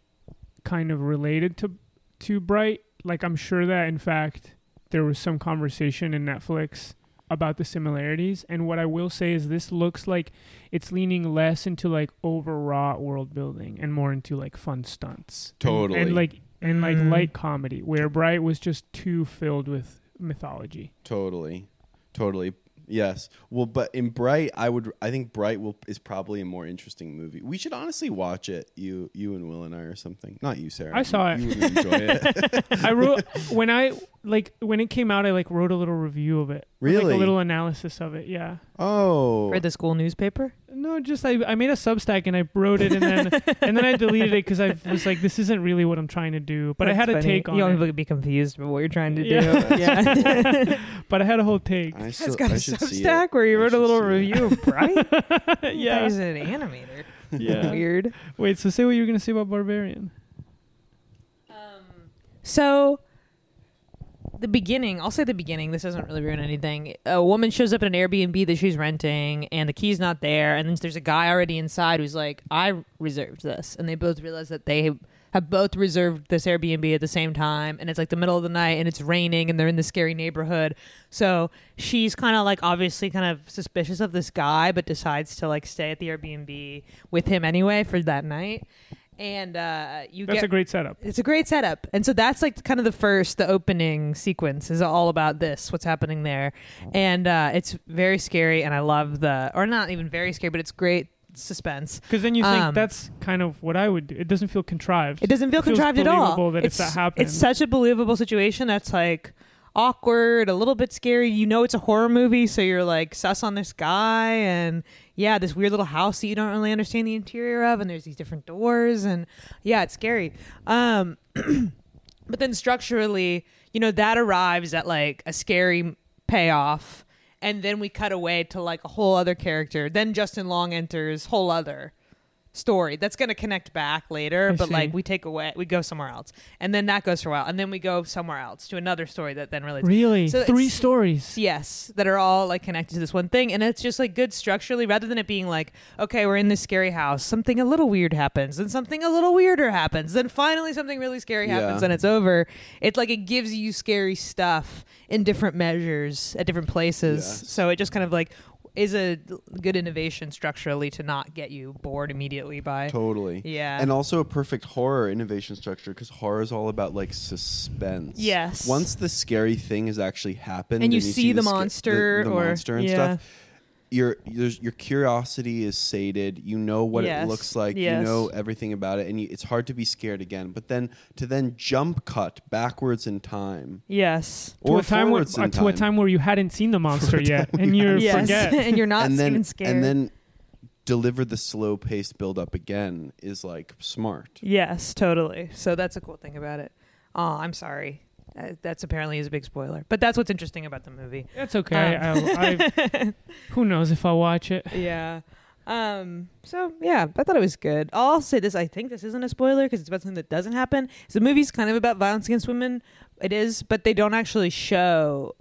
B: kind of related to to Bright. Like I'm sure that in fact there was some conversation in Netflix about the similarities. And what I will say is this looks like it's leaning less into like overwrought world building and more into like fun stunts. And-
C: Totally.
B: And, like and like
D: Mm.
B: light comedy, where Bright was just too filled with mythology.
C: Totally, totally. Yes. Well, but in Bright, I would. I think Bright will is probably a more interesting movie. We should honestly watch it. You, you and Will and I, or something. Not you, Sarah.
B: I saw
C: You
B: it.
C: would enjoy it.
B: I wrote when I like when it came out. I like wrote a little review of it. Like,
C: Really?
B: a little analysis of it. Yeah.
C: Oh,
D: Read the school newspaper?
B: No, just I, I made a Substack and I wrote it and then and then I deleted it because I was like, this isn't really what I'm trying to do. But I
D: That's
B: had a
D: funny.
B: take on
D: You
B: it.
D: only be confused about what you're trying to do.
B: Yeah.
D: Yeah.
B: but I had a whole take.
C: I still,
D: It's got a
C: I should see
D: Substack
C: it.
D: where you
C: I
D: wrote a
C: should
D: little
C: see it.
D: review of Bright.
B: yeah.
D: He's an animator.
H: Yeah.
D: Weird.
B: Wait, so say what you were gonna say about Barbarian.
D: So, the beginning, I'll say the beginning, this doesn't really ruin anything. A woman shows up at an Airbnb that she's renting, and the key's not there. And then there's a guy already inside who's like, I reserved this. And they both realize that they have both reserved this Airbnb at the same time. And it's like the middle of the night, and it's raining, and they're in the scary neighborhood. So, she's kind of like obviously kind of suspicious of this guy, but decides to like stay at the Airbnb with him anyway for that night. And uh, you
B: That's
D: get
B: a great setup.
D: it's a great setup and so that's like kind of the first the opening sequence is all about this what's happening there
B: Oh.
D: and uh, it's very scary and i love the or not even very scary but it's great suspense
B: Because then you think
D: Um,
B: that's kind of what I would do. It doesn't feel contrived.
D: it doesn't feel
B: It feels
D: contrived at all
B: believable that if
D: it's,
B: that happened-
D: it's such a believable situation that's like awkward a little bit scary you know it's a horror movie so you're like sus on this guy and yeah this weird little house that you don't really understand the interior of and there's these different doors and yeah it's scary um But then structurally, you know, that arrives at like a scary payoff. And then we cut away to like a whole other character. Then Justin Long enters whole other story that's going to connect back later.
B: I
D: but
B: see.
D: like we take away, we go somewhere else. And then that goes for a while. And then we go somewhere else to another story that then relates.
B: Really,
D: So
B: three
D: it's-
B: stories.
D: Yes, that are all like connected to this one thing. And it's just like good structurally rather than it being like, okay, we're in this scary house. Something a little weird happens, then something a little weirder happens, then finally something really scary happens
C: Yeah.
D: and it's over. It's like it gives you scary stuff in different measures at different places.
C: Yes.
D: So it just kind of like is a good innovation structurally to not get you bored immediately by.
C: Totally.
D: Yeah.
C: And also a perfect horror innovation structure because horror is all about like suspense.
D: Yes.
C: Once the scary thing has actually happened
D: And you see the
C: sca-
D: monster
C: the,
D: or-
C: monster and
D: yeah.
C: stuff, your there's, your curiosity is sated. You know what
D: Yes.
C: it looks like.
D: Yes.
C: You know everything about it, and you, it's hard to be scared again. But then to then jump cut backwards in time
D: Yes.
B: To
C: or
B: a time where
C: forwards in
B: uh, to a time where you hadn't seen the monster yet, and you are
D: Yes.
B: forget.
D: and you're not
C: and
D: even
C: then
D: scared.
C: and then deliver the slow paced build up again is like smart.
D: Yes, totally. So that's a cool thing about it. Oh, I'm sorry. Uh, That's apparently is a big spoiler, but that's what's interesting about the movie.
B: That's okay. I, I, who knows if I'll watch it?
D: Yeah. Um. So yeah, I thought it was good. I'll say this: I think this isn't a spoiler because it's about something that doesn't happen. So the movie's kind of about violence against women. It is, but they don't actually show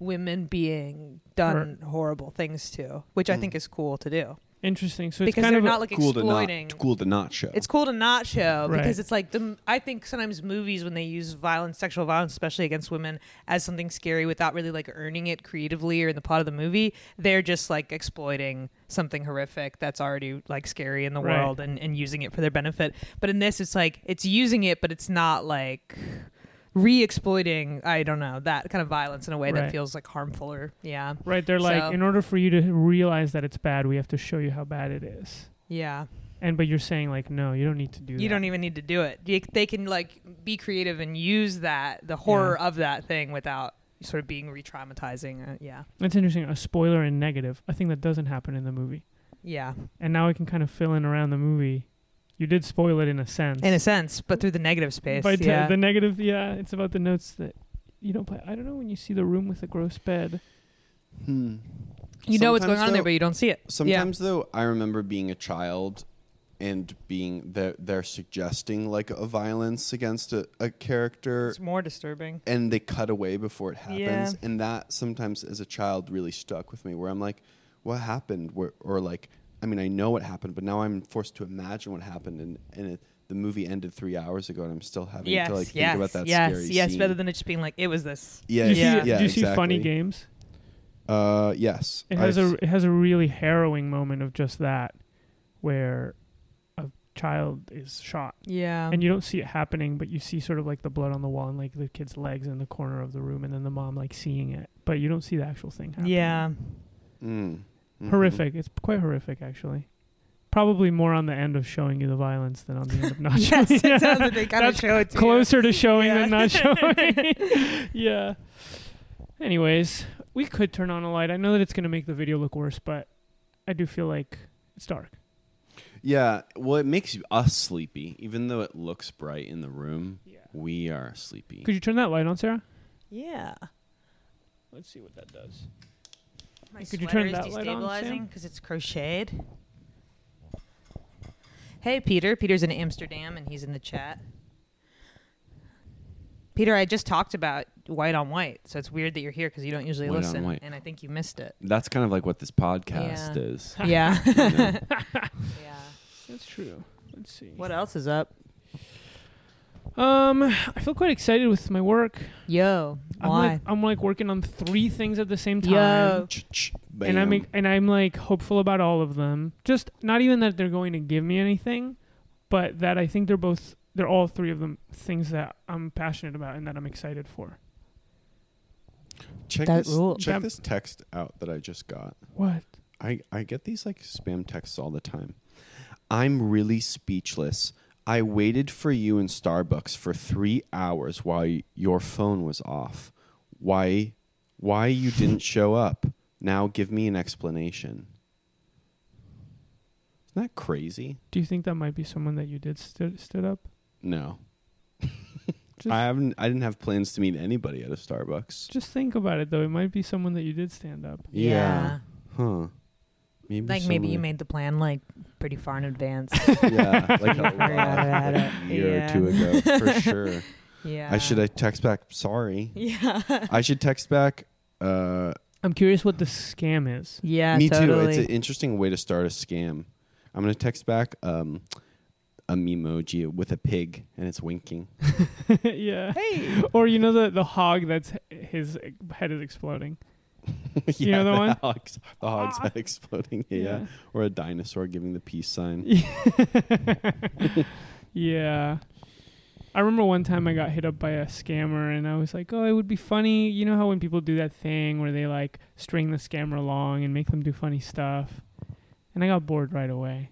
D: women being done horrible things to, which I think is cool to do
B: Interesting. So Hmm. it's
D: because
B: kind
D: they're
B: of a-
D: not like
C: cool to not
D: exploiting.
C: cool to not show.
D: it's cool to not show
B: Right.
D: because it's like the I think sometimes movies when they use violence, sexual violence, especially against women, as something scary without really like earning it creatively or in the plot of the movie, they're just like exploiting something horrific that's already like scary in the
B: Right.
D: world and, and using it for their benefit. But in this, it's like it's using it, but it's not like re-exploiting. I don't know that kind of violence in a way
B: Right.
D: that feels like harmful or yeah,
B: right. They're like,
D: So-
B: in order for you to realize that it's bad, we have to show you how bad it is.
D: yeah.
B: And but you're saying like, no, you don't need to do.
D: you
B: that.
D: don't e-, even need to do it You- they can like be creative and use that the horror of that thing without sort of being re-traumatizing uh, yeah
B: That's interesting. A spoiler and negative. A thing that doesn't happen in the movie.
D: yeah
B: And now I can kind of fill in around the movie. You did spoil it in a sense.
D: in a sense but through the negative space
B: But uh,
D: yeah.
B: the negative, yeah, it's about the notes that you don't play. I don't know when you see the room with a gross bed.
C: Hmm.
D: you know what's
C: Sometimes
D: going on in there
C: though-
D: but you don't see it
C: Sometimes though, I remember being a child and being they're, they're suggesting like a violence against a, a
D: yeah.
C: character
D: it's more disturbing
C: and they cut away before it happens
D: Yeah.
C: and that sometimes as a child really stuck with me where i'm like what happened where, or like i mean i know what happened but now i'm forced to imagine what happened and, and it, the movie ended three hours ago and i'm still having
D: yes
C: to like
D: yes
C: think about that
D: yes
C: scary
D: yes
C: scene.
D: rather than it just being like it was this
C: yeah,
B: Do you
D: Yeah.
B: see, do you see Funny
C: exactly.
B: Games?
C: uh yes
B: It has
C: I've-
B: a it has a really harrowing moment of just that, where a child is shot,
D: yeah
B: and you don't see it happening, but you see sort of like the blood on the wall and like the kid's legs in the corner of the room, and then the mom like seeing it, but you don't see the actual thing happening.
D: yeah
C: Mm. Mhm.
B: horrific. It's quite horrific actually. Probably more on the end of showing you the violence than on the end of not showing.
D: yes it sounds like they kind of
B: That's
D: show it to you.
B: closer to showing
D: Yeah.
B: than not showing. yeah. Anyways, we could turn on a light. I know that it's going to make the video look worse, but I do feel like it's dark.
C: Yeah, well, it makes you- us sleepy, even though it looks bright in the room.
B: Yeah.
C: We are sleepy.
B: Could you turn that light on, Sarah?
D: yeah
B: Let's see what that does.
D: My
B: Could you
D: sweater
B: turn
D: is
B: that light on, Sam?
D: destabilizing because it's crocheted Hey, Peter. Peter's in Amsterdam and he's in the chat. Peter, I just talked about white on white, so it's weird that you're here because you don't usually
C: White on
D: listen,
C: white.
D: and I think you missed it.
H: That's kind of like what this podcast
D: Yeah.
H: is.
D: Yeah.
H: you know?
D: yeah.
B: That's true. Let's see.
D: What else is up?
B: Um, I feel quite excited with my work.
D: Yo,
B: I'm
D: why?
B: like, I'm like working on three things at the same time.
D: Yo,
B: and I'm
C: Bam.
B: and I'm like hopeful about all of them. Just not even that they're going to give me anything, but that I think they're both they're all three of them things that I'm passionate about and that I'm excited for.
C: check
D: That
C: this,
D: rule.
C: check
B: That-
C: this text out that I just got.
B: What?
C: I, I get these like spam texts all the time. I'm really speechless. I waited for you in Starbucks for three hours while your phone was off. Why why you didn't show up? Now give me an explanation. Isn't that crazy?
B: Do you think that might be someone that you did stood stood up?
C: No.
B: Just-
C: I haven't I didn't have plans to meet anybody at a Starbucks.
B: Just think about it though. It might be someone that you did stand up.
D: Yeah.
C: Huh. Maybe
D: Like maybe you
C: someone-
D: made the plan like pretty far in advance.
C: yeah, like a, lot,
D: about
C: like a
D: it.
C: year
D: Yeah.
C: or two ago for sure.
D: yeah.
C: I should I text back. Sorry.
D: Yeah.
C: I should text back. Uh,
B: I'm curious what the scam is.
D: Yeah.
C: me
D: totally.
C: too. It's an interesting way to start a scam. I'm gonna text back um, a memoji with a pig and it's winking.
B: yeah. Hey. Or you know the the hog that's his head is exploding.
C: yeah,
B: You know the one?
C: Hogs, the hog's head exploding. Yeah.
B: Yeah.
C: or a dinosaur giving the peace sign.
B: yeah. I remember one time I got hit up by a scammer and I was like, "Oh, it would be funny." You know how when people do that thing where they like string the scammer along and make them do funny stuff? And I got bored right away.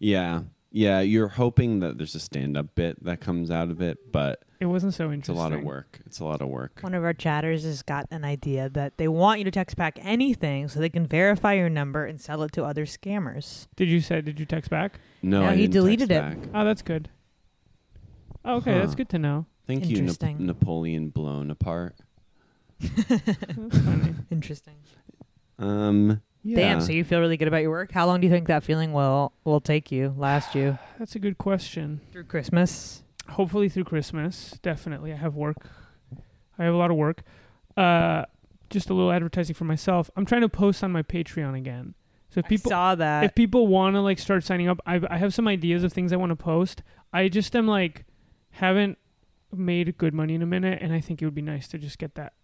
C: Yeah, yeah. You're hoping that there's a stand-up bit that comes out of it, but
B: It wasn't so
C: it's a
B: interesting.
C: lot of work. It's a lot of work.
D: One of our chatters has got an idea that they want you to text back anything so they can verify your number and sell it to other scammers.
B: Did you say did you text back?
C: No,
D: No,
C: I
D: he
C: didn't text
D: deleted it.
C: back.
B: Oh, that's good. Oh, okay, that's
C: Huh.
B: good to know.
C: Thank you, Nap-
D: Interesting.
C: Napoleon blown apart.
B: That's funny.
D: Interesting.
C: Um, yeah.
D: Damn. So you feel really good about your work. How long do you think that feeling will will take you? Last you
B: That's a good question.
D: through Christmas.
B: hopefully through Christmas. Definitely, I have work. I have a lot of work. Uh, just a little advertising for myself. I'm trying to post on my Patreon again. So if people
D: I saw that.
B: if people want to like start signing up, I I have some ideas of things I want to post. I just am like haven't made good money in a minute, and I think it would be nice to just get that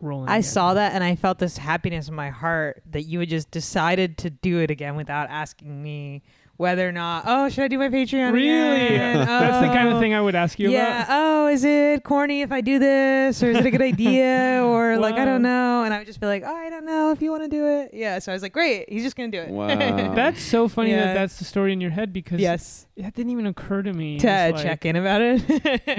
B: rolling.
D: I
B: again.
D: saw that and I felt this happiness in my heart that you had just decided to do it again without asking me whether or not. Oh, should I do my Patreon?
B: Really,
D: again?
B: that's the kind of
D: Oh.
B: thing I would ask you
D: yeah.
B: about.
D: Oh, is it corny if I do this, or is it a good idea, or like I
B: Wow.
D: don't know? And I would just be like, oh, I don't know if you want to do it. Yeah. So I was like, great, he's just gonna do it.
C: Wow.
B: That's so funny
D: Yeah.
B: that that's the story in your head because
D: yes.
B: that didn't even occur to me.
D: To
B: It's like-
D: check in about it.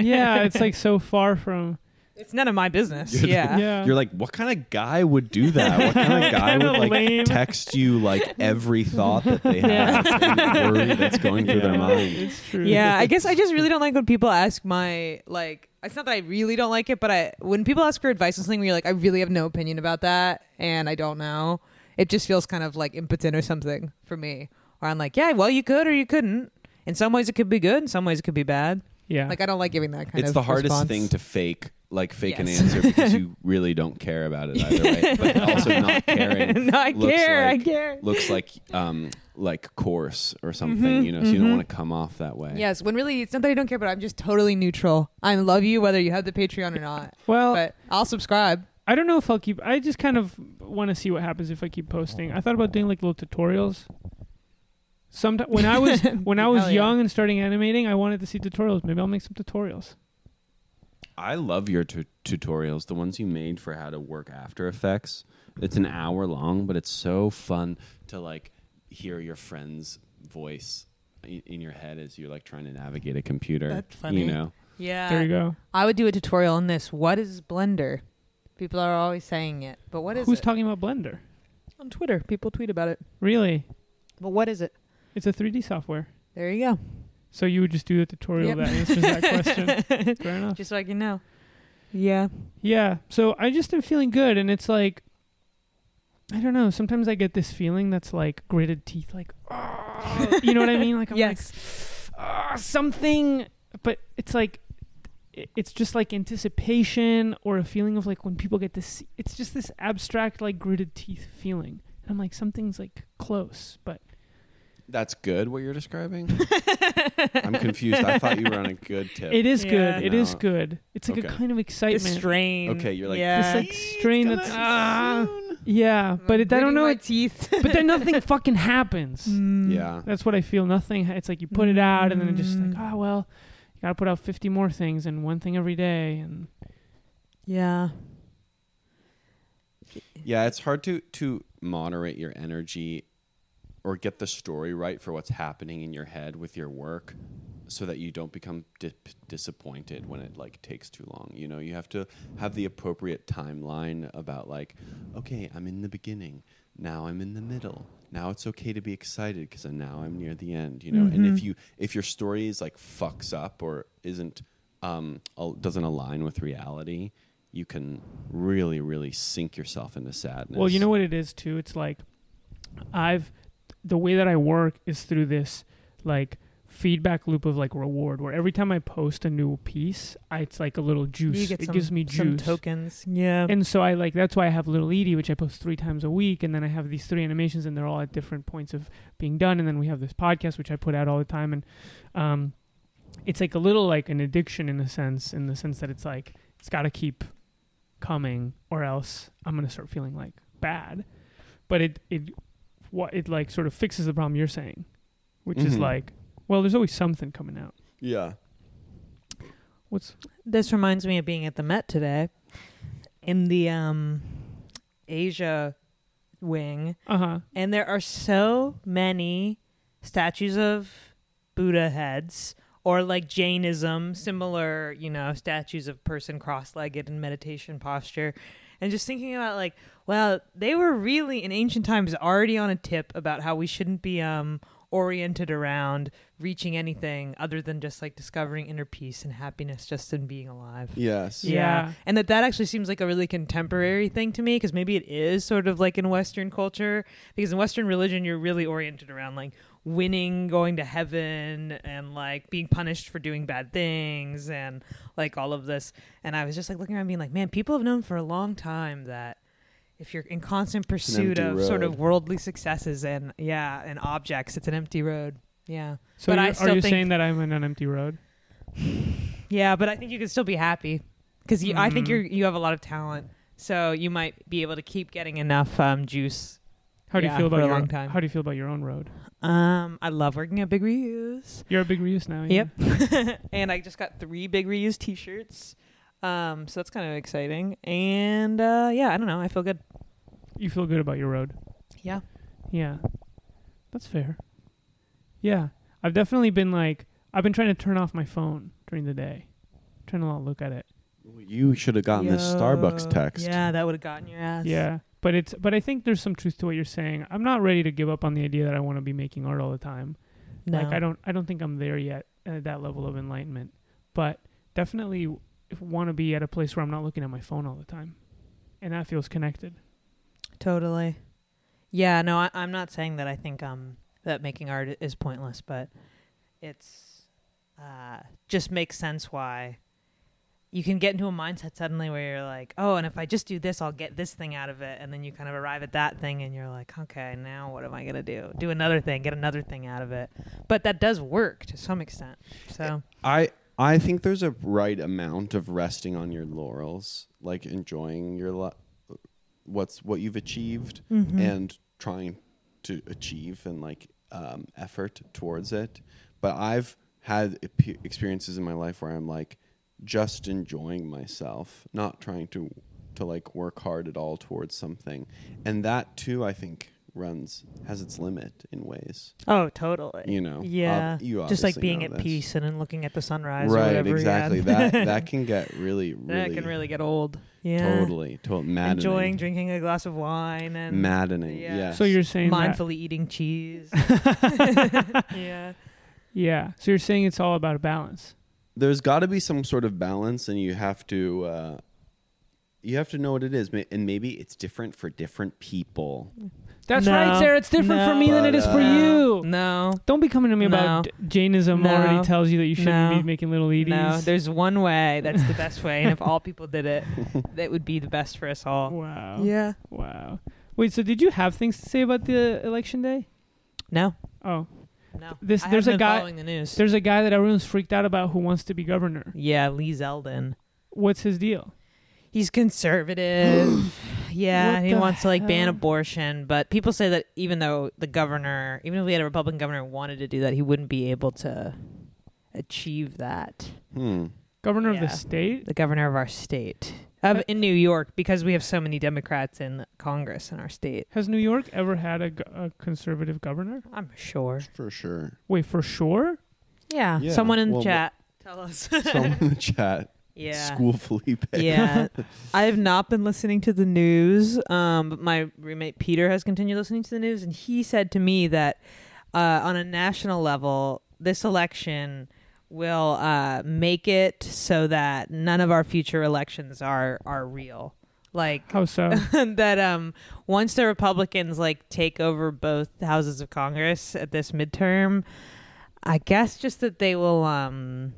B: yeah, it's like so far from.
D: it's none of my business.
C: You're the-
D: yeah.
B: Yeah.
C: You're like, what kind of guy would do that? What kind of guy
B: Kinda
C: would like
B: lame.
C: text you like every thought that they have and worry that's going through their mind?
B: It's true.
D: yeah i guess i just really don't like when people ask my like it's not that i really don't like it but i when people ask for advice on something where you're like i really have no opinion about that and i don't know it just feels kind of like impotent or something for me or i'm like yeah well you could or you couldn't in some ways it could be good in some ways it could be bad
B: Yeah.
D: like i don't like giving that kind
C: It's
D: of
C: the hardest
D: response.
C: thing to fake, like fake
D: Yes.
C: an answer because you really don't care about it either way, but also not caring.
D: no i
C: looks
D: care i
C: like-
D: care
C: Looks like um like coarse or something,
B: Mm-hmm.
C: you know. So you don't want to come off that way.
D: yes when really it's not that i don't care but i'm just totally neutral i love you whether you have the patreon or not
B: Well,
D: but i'll subscribe
B: I don't know if I'll keep. I just kind of want to see what happens if I keep posting. I thought about doing like little tutorials. Sometimes when I was when I was
D: Hell yeah.
B: young and starting animating, I wanted to see tutorials. Maybe I'll make some tutorials.
C: I love your tu- tutorials, the ones you made for how to work After Effects. It's an hour long, but it's so fun to like hear your friend's voice i- in your head as you're like trying to navigate a computer.
D: That's funny.
C: You know,
D: yeah
B: there you go.
D: I would do a tutorial on this. What is Blender? People are always saying it, but what is
B: Who's
D: it?
B: talking about Blender?
D: on Twitter, people tweet about it.
B: Really,
D: But what is it?
B: it's a 3D software.
D: There you go.
B: So you would just do the tutorial
D: Yep.
B: that answers that question. Fair enough.
D: Just so I can know. Yeah.
B: Yeah. So I just am feeling good, and it's like, I don't know. Sometimes I get this feeling that's like gritted teeth, like, oh, oh, you know what I mean? Like, I'm
D: yes.
B: like, "Ah, something. But it's like, it- it's just like anticipation or a feeling of like when people get to see. It's just this abstract, like gritted teeth feeling. And I'm like, something's like close, but
C: That's good. What you're describing? I'm confused. I thought you were on a good tip.
B: it is
D: Yeah.
B: good. It is
C: No.
B: good. It's like a
C: Okay.
B: kind of
D: The
B: excitement.
D: strain.
C: Okay, you're like,
D: yeah.
B: This like strain that's ah, yeah, but it, I don't
D: Gritting
B: know.
D: my
B: It,
D: teeth.
B: but then nothing fucking happens.
C: yeah.
B: That's what I feel. Nothing. It's like you put it out, and then it just
D: Mm.
B: like, oh well, you gotta put out fifty more things and one thing every day, and
D: yeah.
C: Yeah, it's hard to to moderate your energy or get the story right for what's happening in your head with your work so that you don't become di- disappointed when it like takes too long. You know, you have to have the appropriate timeline about like okay, I'm in the beginning. Now I'm in the middle. Now it's okay to be excited because now I'm near the end, you know. And
B: Mm-hmm.
C: if you if your story is like fucks up or isn't um al- doesn't align with reality, you can really really sink yourself into sadness.
B: well, you know what it is too. It's like I've the way that I work is through this like feedback loop of like reward, where every time I post a new piece, I, it's like a little juice.
D: You get
B: it
D: some,
B: gives me juice.
D: some tokens. Yeah.
B: and so I like that's why I have Little Edie, which I post three times a week, and then I have these three animations, and they're all at different points of being done, and then we have this podcast, which I put out all the time, and um, it's like a little like an addiction in a sense, in the sense that it's like it's got to keep coming, or else I'm gonna start feeling like bad, but it it what it like sort of fixes the problem you're saying, which is
C: Mhm.
B: like well, there's always something coming out.
C: Yeah.
B: What's
D: this reminds me of being at the Met today in the um, Asia wing.
B: uh huh
D: And there are so many statues of Buddha heads or like Jainism, similar, you know, statues of person cross legged in meditation posture. And just thinking about like, well, they were really in ancient times already on a tip about how we shouldn't be um oriented around reaching anything other than just like discovering inner peace and happiness just in being alive.
C: Yes.
B: Yeah.
D: And that that actually seems like a really contemporary thing to me because maybe it is sort of like in Western culture because in Western religion you're really oriented around like winning, going to heaven, and like being punished for doing bad things and like all of this. And I was just like looking around, being like, man, people have known for a long time that if you're in constant pursuit of
C: empty
D: sort of
C: road.
D: worldly successes and yeah, and objects, it's an empty road. Yeah.
B: So
D: But I
B: you're-
D: still
B: are you
D: think-
B: saying that I'm on an empty road?
D: Yeah, but I think you can still be happy because I
B: Mm-hmm.
D: think you you have a lot of talent, so you might be able to keep getting enough um, juice.
B: How do
D: Yeah,
B: you feel
D: for
B: about
D: a
B: your
D: long time.
B: How do you feel about your own road?
D: Um, I love working at Big Reuse.
B: You're a big reuse now. yeah.
D: Yep, and I just got three Big Reuse T-shirts, um, so that's kind of exciting. And uh, yeah, I don't know, I feel good.
B: You feel good about your road.
D: Yeah,
B: Yeah. That's fair. Yeah. I've definitely been like I've been trying to turn off my phone during the day. Trying to not look at it.
C: You should have gotten this Starbucks text.
D: Yeah, that would have gotten your ass.
B: Yeah. But it's but I think there's some truth to what you're saying. I'm not ready to give up on the idea that I want to be making art all the time.
D: no.
B: Like I don't I don't think I'm there yet at that level of enlightenment. But definitely want to be at a place where I'm not looking at my phone all the time. And that feels connected.
D: Totally. Yeah, no, I, I'm not saying that I think um that making art is pointless, but it's uh just makes sense why you can get into a mindset suddenly where you're like, oh, and if I just do this, I'll get this thing out of it, and then you kind of arrive at that thing, and you're like, okay, now what am I gonna do? Do another thing, get another thing out of it, but that does work to some extent. So
C: I I think there's a right amount of resting on your laurels, like enjoying your lo- what's what you've achieved
D: Mm-hmm.
C: and trying to achieve and like um, effort towards it. But I've had ep- experiences in my life where I'm like just enjoying myself, not trying to to like work hard at all towards something, and that too I think runs has its limit in ways.
D: oh, totally,
C: You know, ob-
D: yeah,
C: you
D: just like
C: obviously
D: being
C: know
D: at
C: this.
D: peace and then looking at the sunrise, or
C: right
D: whatever, yeah.
C: exactly that that can get really really
D: That can really get old. Yeah.
C: totally totally maddening
D: Enjoying drinking a glass of wine and
C: maddening
D: Yeah.
C: yeah.
B: So you're saying that-
D: mindfully eating cheese. yeah.
B: Yeah. So you're saying it's all about a balance.
C: there's got to be some sort of balance and you have to uh you have to know what it is ma- and maybe it's different for different people
B: That's
D: No.
B: right, Sarah. It's different for
D: No.
B: me than it is for you.
D: Uh, No.
B: Don't be coming to me
D: No.
B: about Jainism
D: No.
B: already tells you that you shouldn't
D: No.
B: be making little edis.
D: No, there's one way. That's the best way. And if all people did it, that would be the best for us all.
B: wow.
D: Yeah.
B: Wow. Wait, so did you have things to say about the election day?
D: No.
B: Oh,
D: No.
B: This-
D: I
B: there's a
D: haven't been
B: guy-
D: following the news.
B: there's a guy that everyone's freaked out about who wants to be governor.
D: yeah, Lee Zeldin.
B: What's his deal?
D: He's conservative. yeah,
B: What
D: he
B: the
D: wants to like ban
B: hell?
D: abortion, but people say that even though the governor, even if we had a Republican governor who wanted to do that, he wouldn't be able to achieve that.
C: Hmm.
B: Governor of
D: Yeah.
B: the state?
D: The governor of our state. Of in New York because we have so many Democrats in Congress in our state.
B: Has New York ever had a, go- a conservative governor?
D: I'm sure.
C: For sure.
B: Wait, for sure?
D: Yeah.
C: Yeah,
D: Someone in
C: well,
D: the chat tell us.
C: Someone in the chat.
D: yeah.
C: School Felipe.
D: yeah. I have not been listening to the news, um, but my roommate Peter has continued listening to the news, and he said to me that uh, on a national level, this election will uh, make it so that none of our future elections are are real. Like
B: How so?
D: that um once the Republicans like take over both houses of Congress at this midterm, I guess just that they will um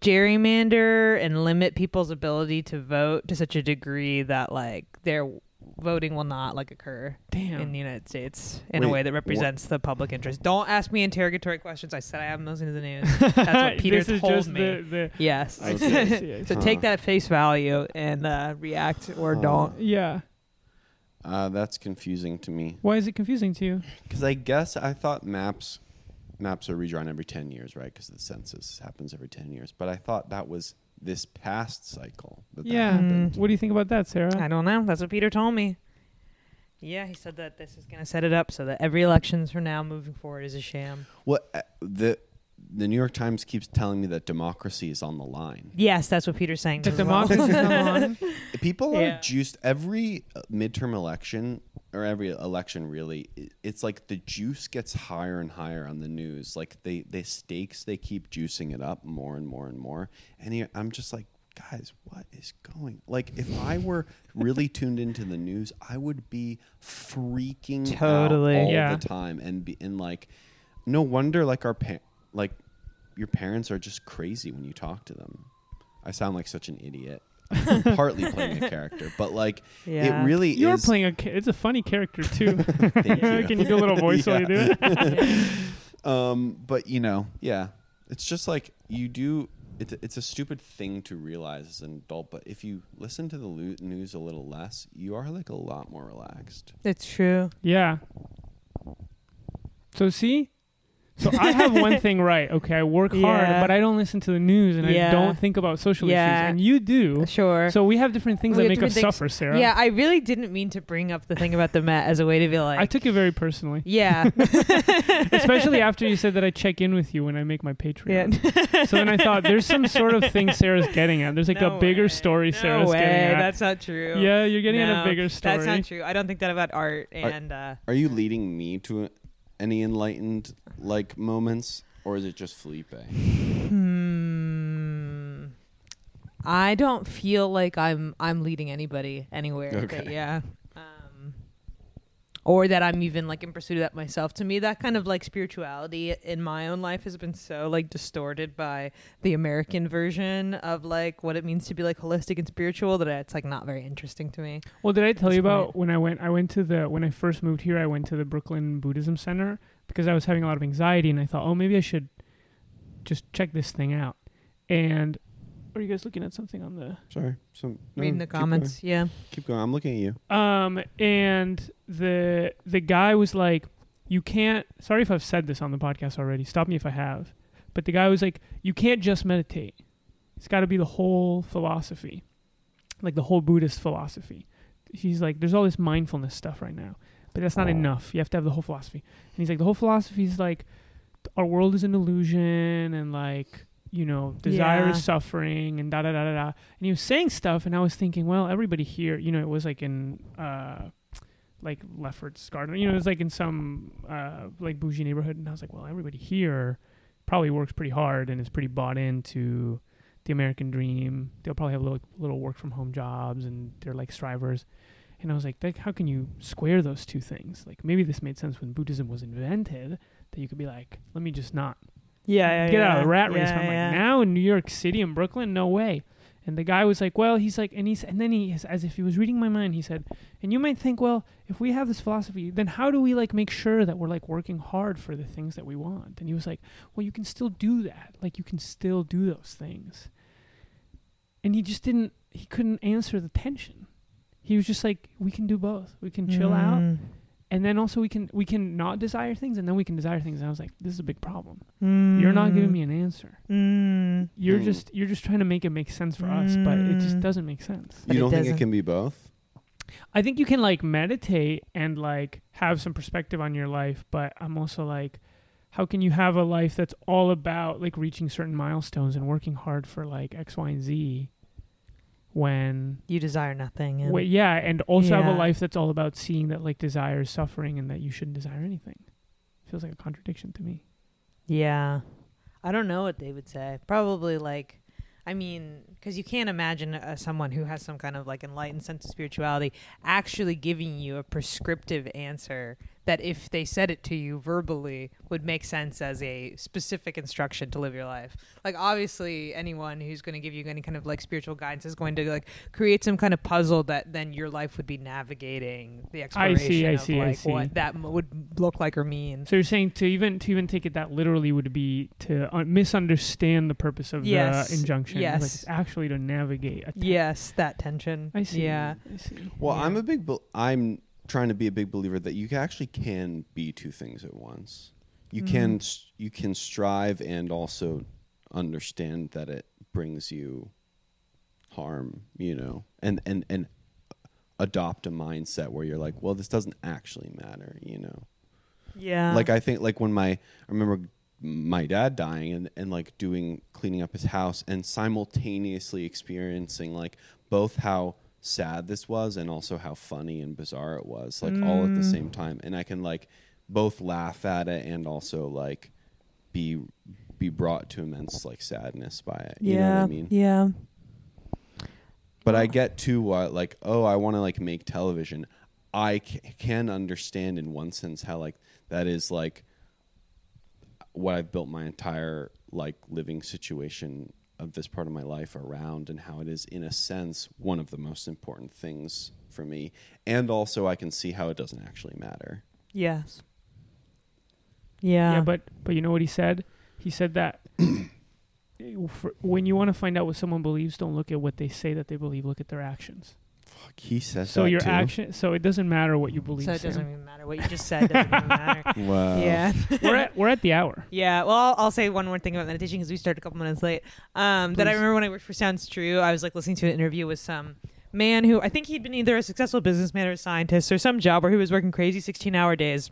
D: gerrymander and limit people's ability to vote to such a degree that like their voting will not like occur
B: Damn.
D: in the United States in a
C: Wait,
D: way that represents the public interest. Don't ask me interrogatory questions. I said I haven't listened to the news. That's what Peter
B: this is
D: told
B: just
D: me.
B: The, the,
D: Yes.
B: I see, I see, I
D: so
B: see.
D: take that at face value and uh, react or don't.
B: Yeah.
C: Uh, that's confusing to me.
B: Why is it confusing to you?
C: Because I guess I thought maps maps are redrawn every 10 years, right? Because the census happens every 10 years. But I thought that was this past cycle. That
B: yeah.
C: That happened.
B: Mm. What do you think about that, Sarah?
D: I don't know. That's what Peter told me. Yeah, he said that this is going to set it up so that every elections from now moving forward is a sham.
C: Well, uh, the the New York Times keeps telling me that democracy is on the line.
D: Yes, that's what Peter's saying.
B: The
D: as well.
B: democracy's not on.
C: People
D: Yeah.
C: are juiced every uh, midterm election or every election really i- it's like the juice gets higher and higher on the news like they the stakes they keep juicing it up more and more and more and you- i'm just like guys what is going like if i were really tuned into the news i would be freaking
D: Totally.
C: out all
B: Yeah.
C: the time and be and like no wonder like our pa- like your parents are just crazy when you talk to them i sound like such an idiot partly playing a character but like
D: Yeah.
C: it really
B: You're
C: is
B: playing a. ca- It's a funny character too.
C: Thank you.
B: Can you do a little voice while you do it?
C: um but you know yeah it's just like you do it's, it's a stupid thing to realize as an adult but if you listen to the lo- news a little less you are like a lot more relaxed
D: It's true.
B: Yeah. So see? So I have one thing right. Okay, I work hard,
D: Yeah.
B: but I don't listen to the news and I
D: Yeah.
B: don't think about social
D: Yeah.
B: issues. And you do.
D: Sure.
B: So we have different things
D: We
B: that
D: have
B: make us
D: different things-
B: suffer, Sarah.
D: yeah, I really didn't mean to bring up the thing about the Met as a way to be like.
B: I took it very personally.
D: Yeah.
B: Especially after you said that I check in with you when I make my Patreon. so then I thought there's some sort of thing Sarah's getting at. There's like
D: No
B: a bigger
D: way.
B: story
D: No
B: Sarah's
D: way.
B: getting at.
D: That's not true.
B: yeah, you're getting at
D: No,
B: a bigger story.
D: That's not true. I don't think that about art and. uh
C: are you leading me to any enlightened like moments or is it just felipe
D: Hmm. I don't feel like I'm I'm leading anybody anywhere. But
C: Okay.
D: yeah. Um, or that I'm even like in pursuit of that myself. To me, that kind of like spirituality in my own life has been so like distorted by the American version of like what it means to be like holistic and spiritual that it's like not very interesting to me.
B: Well, did I tell
D: this
B: you about
D: point.
B: when I went? I went to the when I first moved here. I went to the Brooklyn Buddhism Center because I was having a lot of anxiety, and I thought, oh, maybe I should just check this thing out. And are you guys looking at something on the?
C: sorry so no,
B: Mm,
D: Reading the
C: keep going.
D: comments, yeah.
C: keep going i'm looking at you
B: Um, and the the guy was like, "You can't." Sorry if I've said this on the podcast already. Stop me if I have. But the guy was like, "You can't just meditate. It's got to be the whole philosophy, like the whole Buddhist philosophy." He's like, "There's all this mindfulness stuff right now, but that's not enough. You have to have the whole philosophy." And he's like, "The whole philosophy is like, our world is an illusion, and like." You know, desire
D: Yeah.
B: is suffering, and da da da da da and he was saying stuff and i was thinking well everybody here you know it was like in uh like lefferts garden you know it was like in some uh like bougie neighborhood and i was like well everybody here probably works pretty hard and is pretty bought into the american dream they'll probably have little, little work from home jobs and they're like strivers And I was like, like, how can you square those two things? Like, maybe this made sense when Buddhism was invented that you could be like, let me just not
D: Yeah,
B: get out of the rat race. But I'm like, now in New York City and Brooklyn, no way. And the guy was like, well, he's like, and he's, and then he, as if he was reading my mind, he said, and you might think, well, if we have this philosophy, then how do we like make sure that we're like working hard for the things that we want? And he was like, well, you can still do that. Like you can still do those things. And he just didn't, he couldn't answer the tension. He was just like, we can do both. We can chill
D: Mm.
B: out. And then also we can, we can not desire things and then we can desire things. And I was like, this is a big problem. You're not giving me an answer.
D: Mm.
B: You're
C: Mm.
B: just you're just trying to make it make sense for us, but it just
D: Mm.
B: doesn't make sense.
C: you
D: But it
C: don't think
D: doesn't.
C: it can be both?
B: I think you can like meditate and like have some perspective on your life, but I'm also like how can you have a life that's all about like reaching certain milestones and working hard for like X, Y, and Z when
D: You desire nothing.
B: Wait, yeah, and also have
D: Yeah.
B: a life that's all about seeing that like desire is suffering and that you shouldn't desire anything. Feels like a contradiction to me.
D: Yeah. I don't know what they would say. Probably like, I mean, because you can't imagine uh, someone who has some kind of like enlightened sense of spirituality actually giving you a prescriptive answer that, if they said it to you verbally, would make sense as a specific instruction to live your life. Like, obviously, anyone who's going to give you any kind of like spiritual guidance is going to like create some kind of puzzle that then your life would be navigating the
B: I
D: exploration
B: see, I
D: of
B: see, I
D: like
B: see.
D: what that m- would look like or mean.
B: So you're saying to even to even take it that literally would be to uh, misunderstand the purpose of
D: Yes,
B: the injunction.
D: yes.
B: like it's actually to navigate. A t-
D: Yes, that tension.
B: I see.
D: Yeah.
B: I see.
C: Well, I'm a big. bel I'm trying to be a big believer that you ca- actually can be two things at once. You can s- you can strive and also understand that it brings you harm, you know, and and and adopt a mindset where you're like, well, this doesn't actually matter, you know.
D: Yeah.
C: like I think like when my I remember my dad dying and and like doing cleaning up his house and simultaneously experiencing like both how sad this was and also how funny and bizarre it was like all at the
D: Mm.
C: same time and I can like both laugh at it and also like be be brought to immense like sadness by it you know what I mean
D: Yeah.
C: but I get to what like oh I want to like make television. I c- can understand in one sense how like that is like what I've built my entire like living situation of this part of my life around and how it is in a sense one of the most important things for me and also I can see how it doesn't actually matter.
D: Yes. Yeah.
B: yeah, but but you know what he said? He said that for, when you want to find out what someone believes, don't look at what they say that they believe. Look at their actions.
C: Fuck, he says
B: So
C: that
B: your
C: too.
B: action. So it doesn't matter what you believe.
D: so it
B: Sam.
D: doesn't even matter what you just said. Doesn't even matter.
C: Wow.
D: Yeah.
B: we're at we're at the hour.
D: Yeah, well, I'll, I'll say one more thing about meditation because we started a couple minutes late. Um, that I
B: Please.
D: remember when I worked for Sounds True, I was like listening to an interview with some man who I think he'd been either a successful businessman or a scientist or some job where he was working crazy 16 hour days.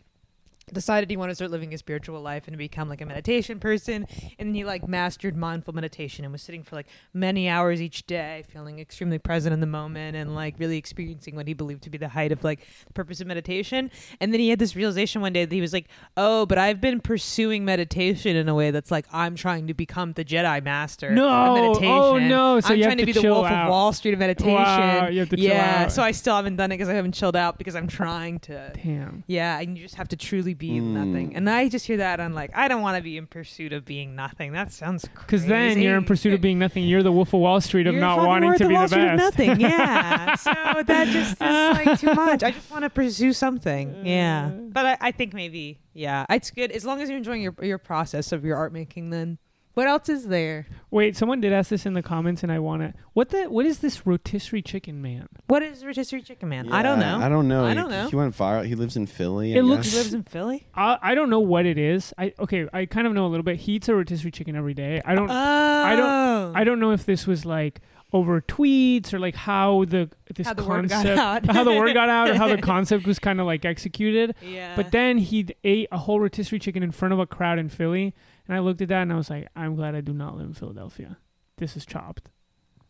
D: Decided he wanted to start living his spiritual life and become like a meditation person. And he like mastered mindful meditation and was sitting for like many hours each day, feeling extremely present in the moment and like really experiencing what he believed to be the height of like the purpose of meditation. And then he had this realization one day that he was like, oh, but I've been pursuing meditation in a way that's like I'm trying to become the Jedi master. of
B: No.
D: meditation.
B: Oh, no. So
D: I'm
B: you have
D: trying
B: to
D: to be the
B: chill
D: Wolf
B: out.
D: of Wall Street of meditation.
B: Wow, you have to chill
D: yeah.
B: out.
D: So I still haven't done it because I haven't chilled out because I'm trying to.
B: Damn.
D: Yeah, and you just have to truly be
C: Mm.
D: nothing. And I just hear that and I'm like, I don't want to be in pursuit of being nothing. That sounds crazy.
B: Because then you're in pursuit of being nothing. You're the Wolf of Wall Street of
D: You're
B: not
D: fucking
B: wanting
D: worth
B: to
D: the
B: be
D: Wall
B: the
D: Street of
B: best.
D: nothing. Yeah. so that just is like too much. I just want to pursue something. Yeah.
B: Mm.
D: But I, I think maybe yeah, it's good as long as you're enjoying your your process of your art making. Then what else is there?
B: Wait, someone did ask this in the comments, and I want to. What the? What is this rotisserie chicken man?
D: What is rotisserie chicken man? I don't
C: Yeah,
D: know.
C: I don't know.
D: I
C: He-
D: don't know.
C: He, went viral. He lives in Philly. I
B: It looks-
C: guess.
D: He lives in Philly.
B: I I don't know what it is. I okay. I kind of know a little bit. He eats a rotisserie chicken every day. I don't.
D: Oh,
B: I don't. I don't know if this was like over tweets or like how the this
D: How the word got
B: concept
D: out.
B: how the word got out or how the concept was kind of like executed.
D: Yeah.
B: But then he ate a whole rotisserie chicken in front of a crowd in Philly, and I looked at that and I was like, I'm glad I do not live in Philadelphia. This is chopped.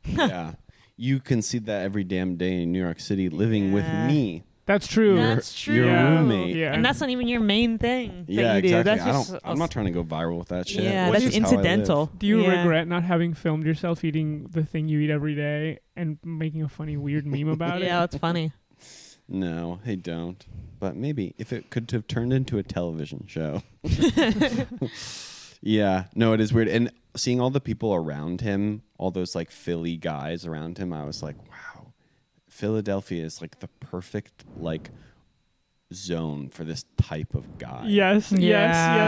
C: yeah. You can see that every damn day in New York City living
D: Yeah.
C: with me.
B: That's true.
D: That's
C: Your
D: true.
C: roommate.
B: Yeah.
D: and that's not even your main thing. that
C: Yeah,
D: you do.
C: exactly.
D: That's just,
C: I don't, I'm not trying to go viral with that shit.
D: Yeah,
C: That's
D: that's
C: just how I live.
D: incidental.
B: Do you
D: Yeah.
B: regret not having filmed yourself eating the thing you eat every day and making a funny, weird meme about
D: Yeah,
B: it?
D: that's funny.
C: No, they don't. But maybe if it could have turned into a television show. yeah, no, it is weird. And seeing all the people around him, all those like Philly guys around him, I was like, wow, Philadelphia is like the perfect like zone for this type of guy.
B: Yes,
D: Yeah.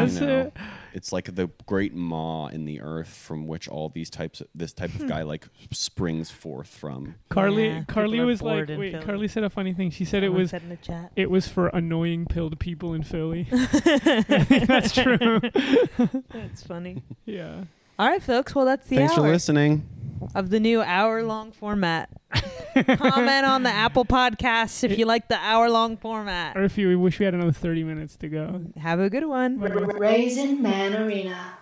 B: yes,
C: You
B: yes.
C: know, it's like the great maw in the earth from which all these types, this type
D: Hmm.
C: of guy, like springs forth from.
B: Carly,
D: Yeah,
B: Carly
D: people are
B: was like,
D: bored in
B: wait,
D: Philly.
B: Carly said a funny thing. She said it was
D: in the chat.
B: it was for annoying pilled people in Philly. I think that's true.
D: That's funny.
B: yeah.
D: All right, folks. Well, that's the
C: Thanks for
D: hour
C: listening.
D: of the new hour-long format. Comment on the Apple Podcast if you like the hour-long format.
B: Or if you we wish we had another thirty minutes to go.
D: Have a good one.
A: Raisin Man Arena.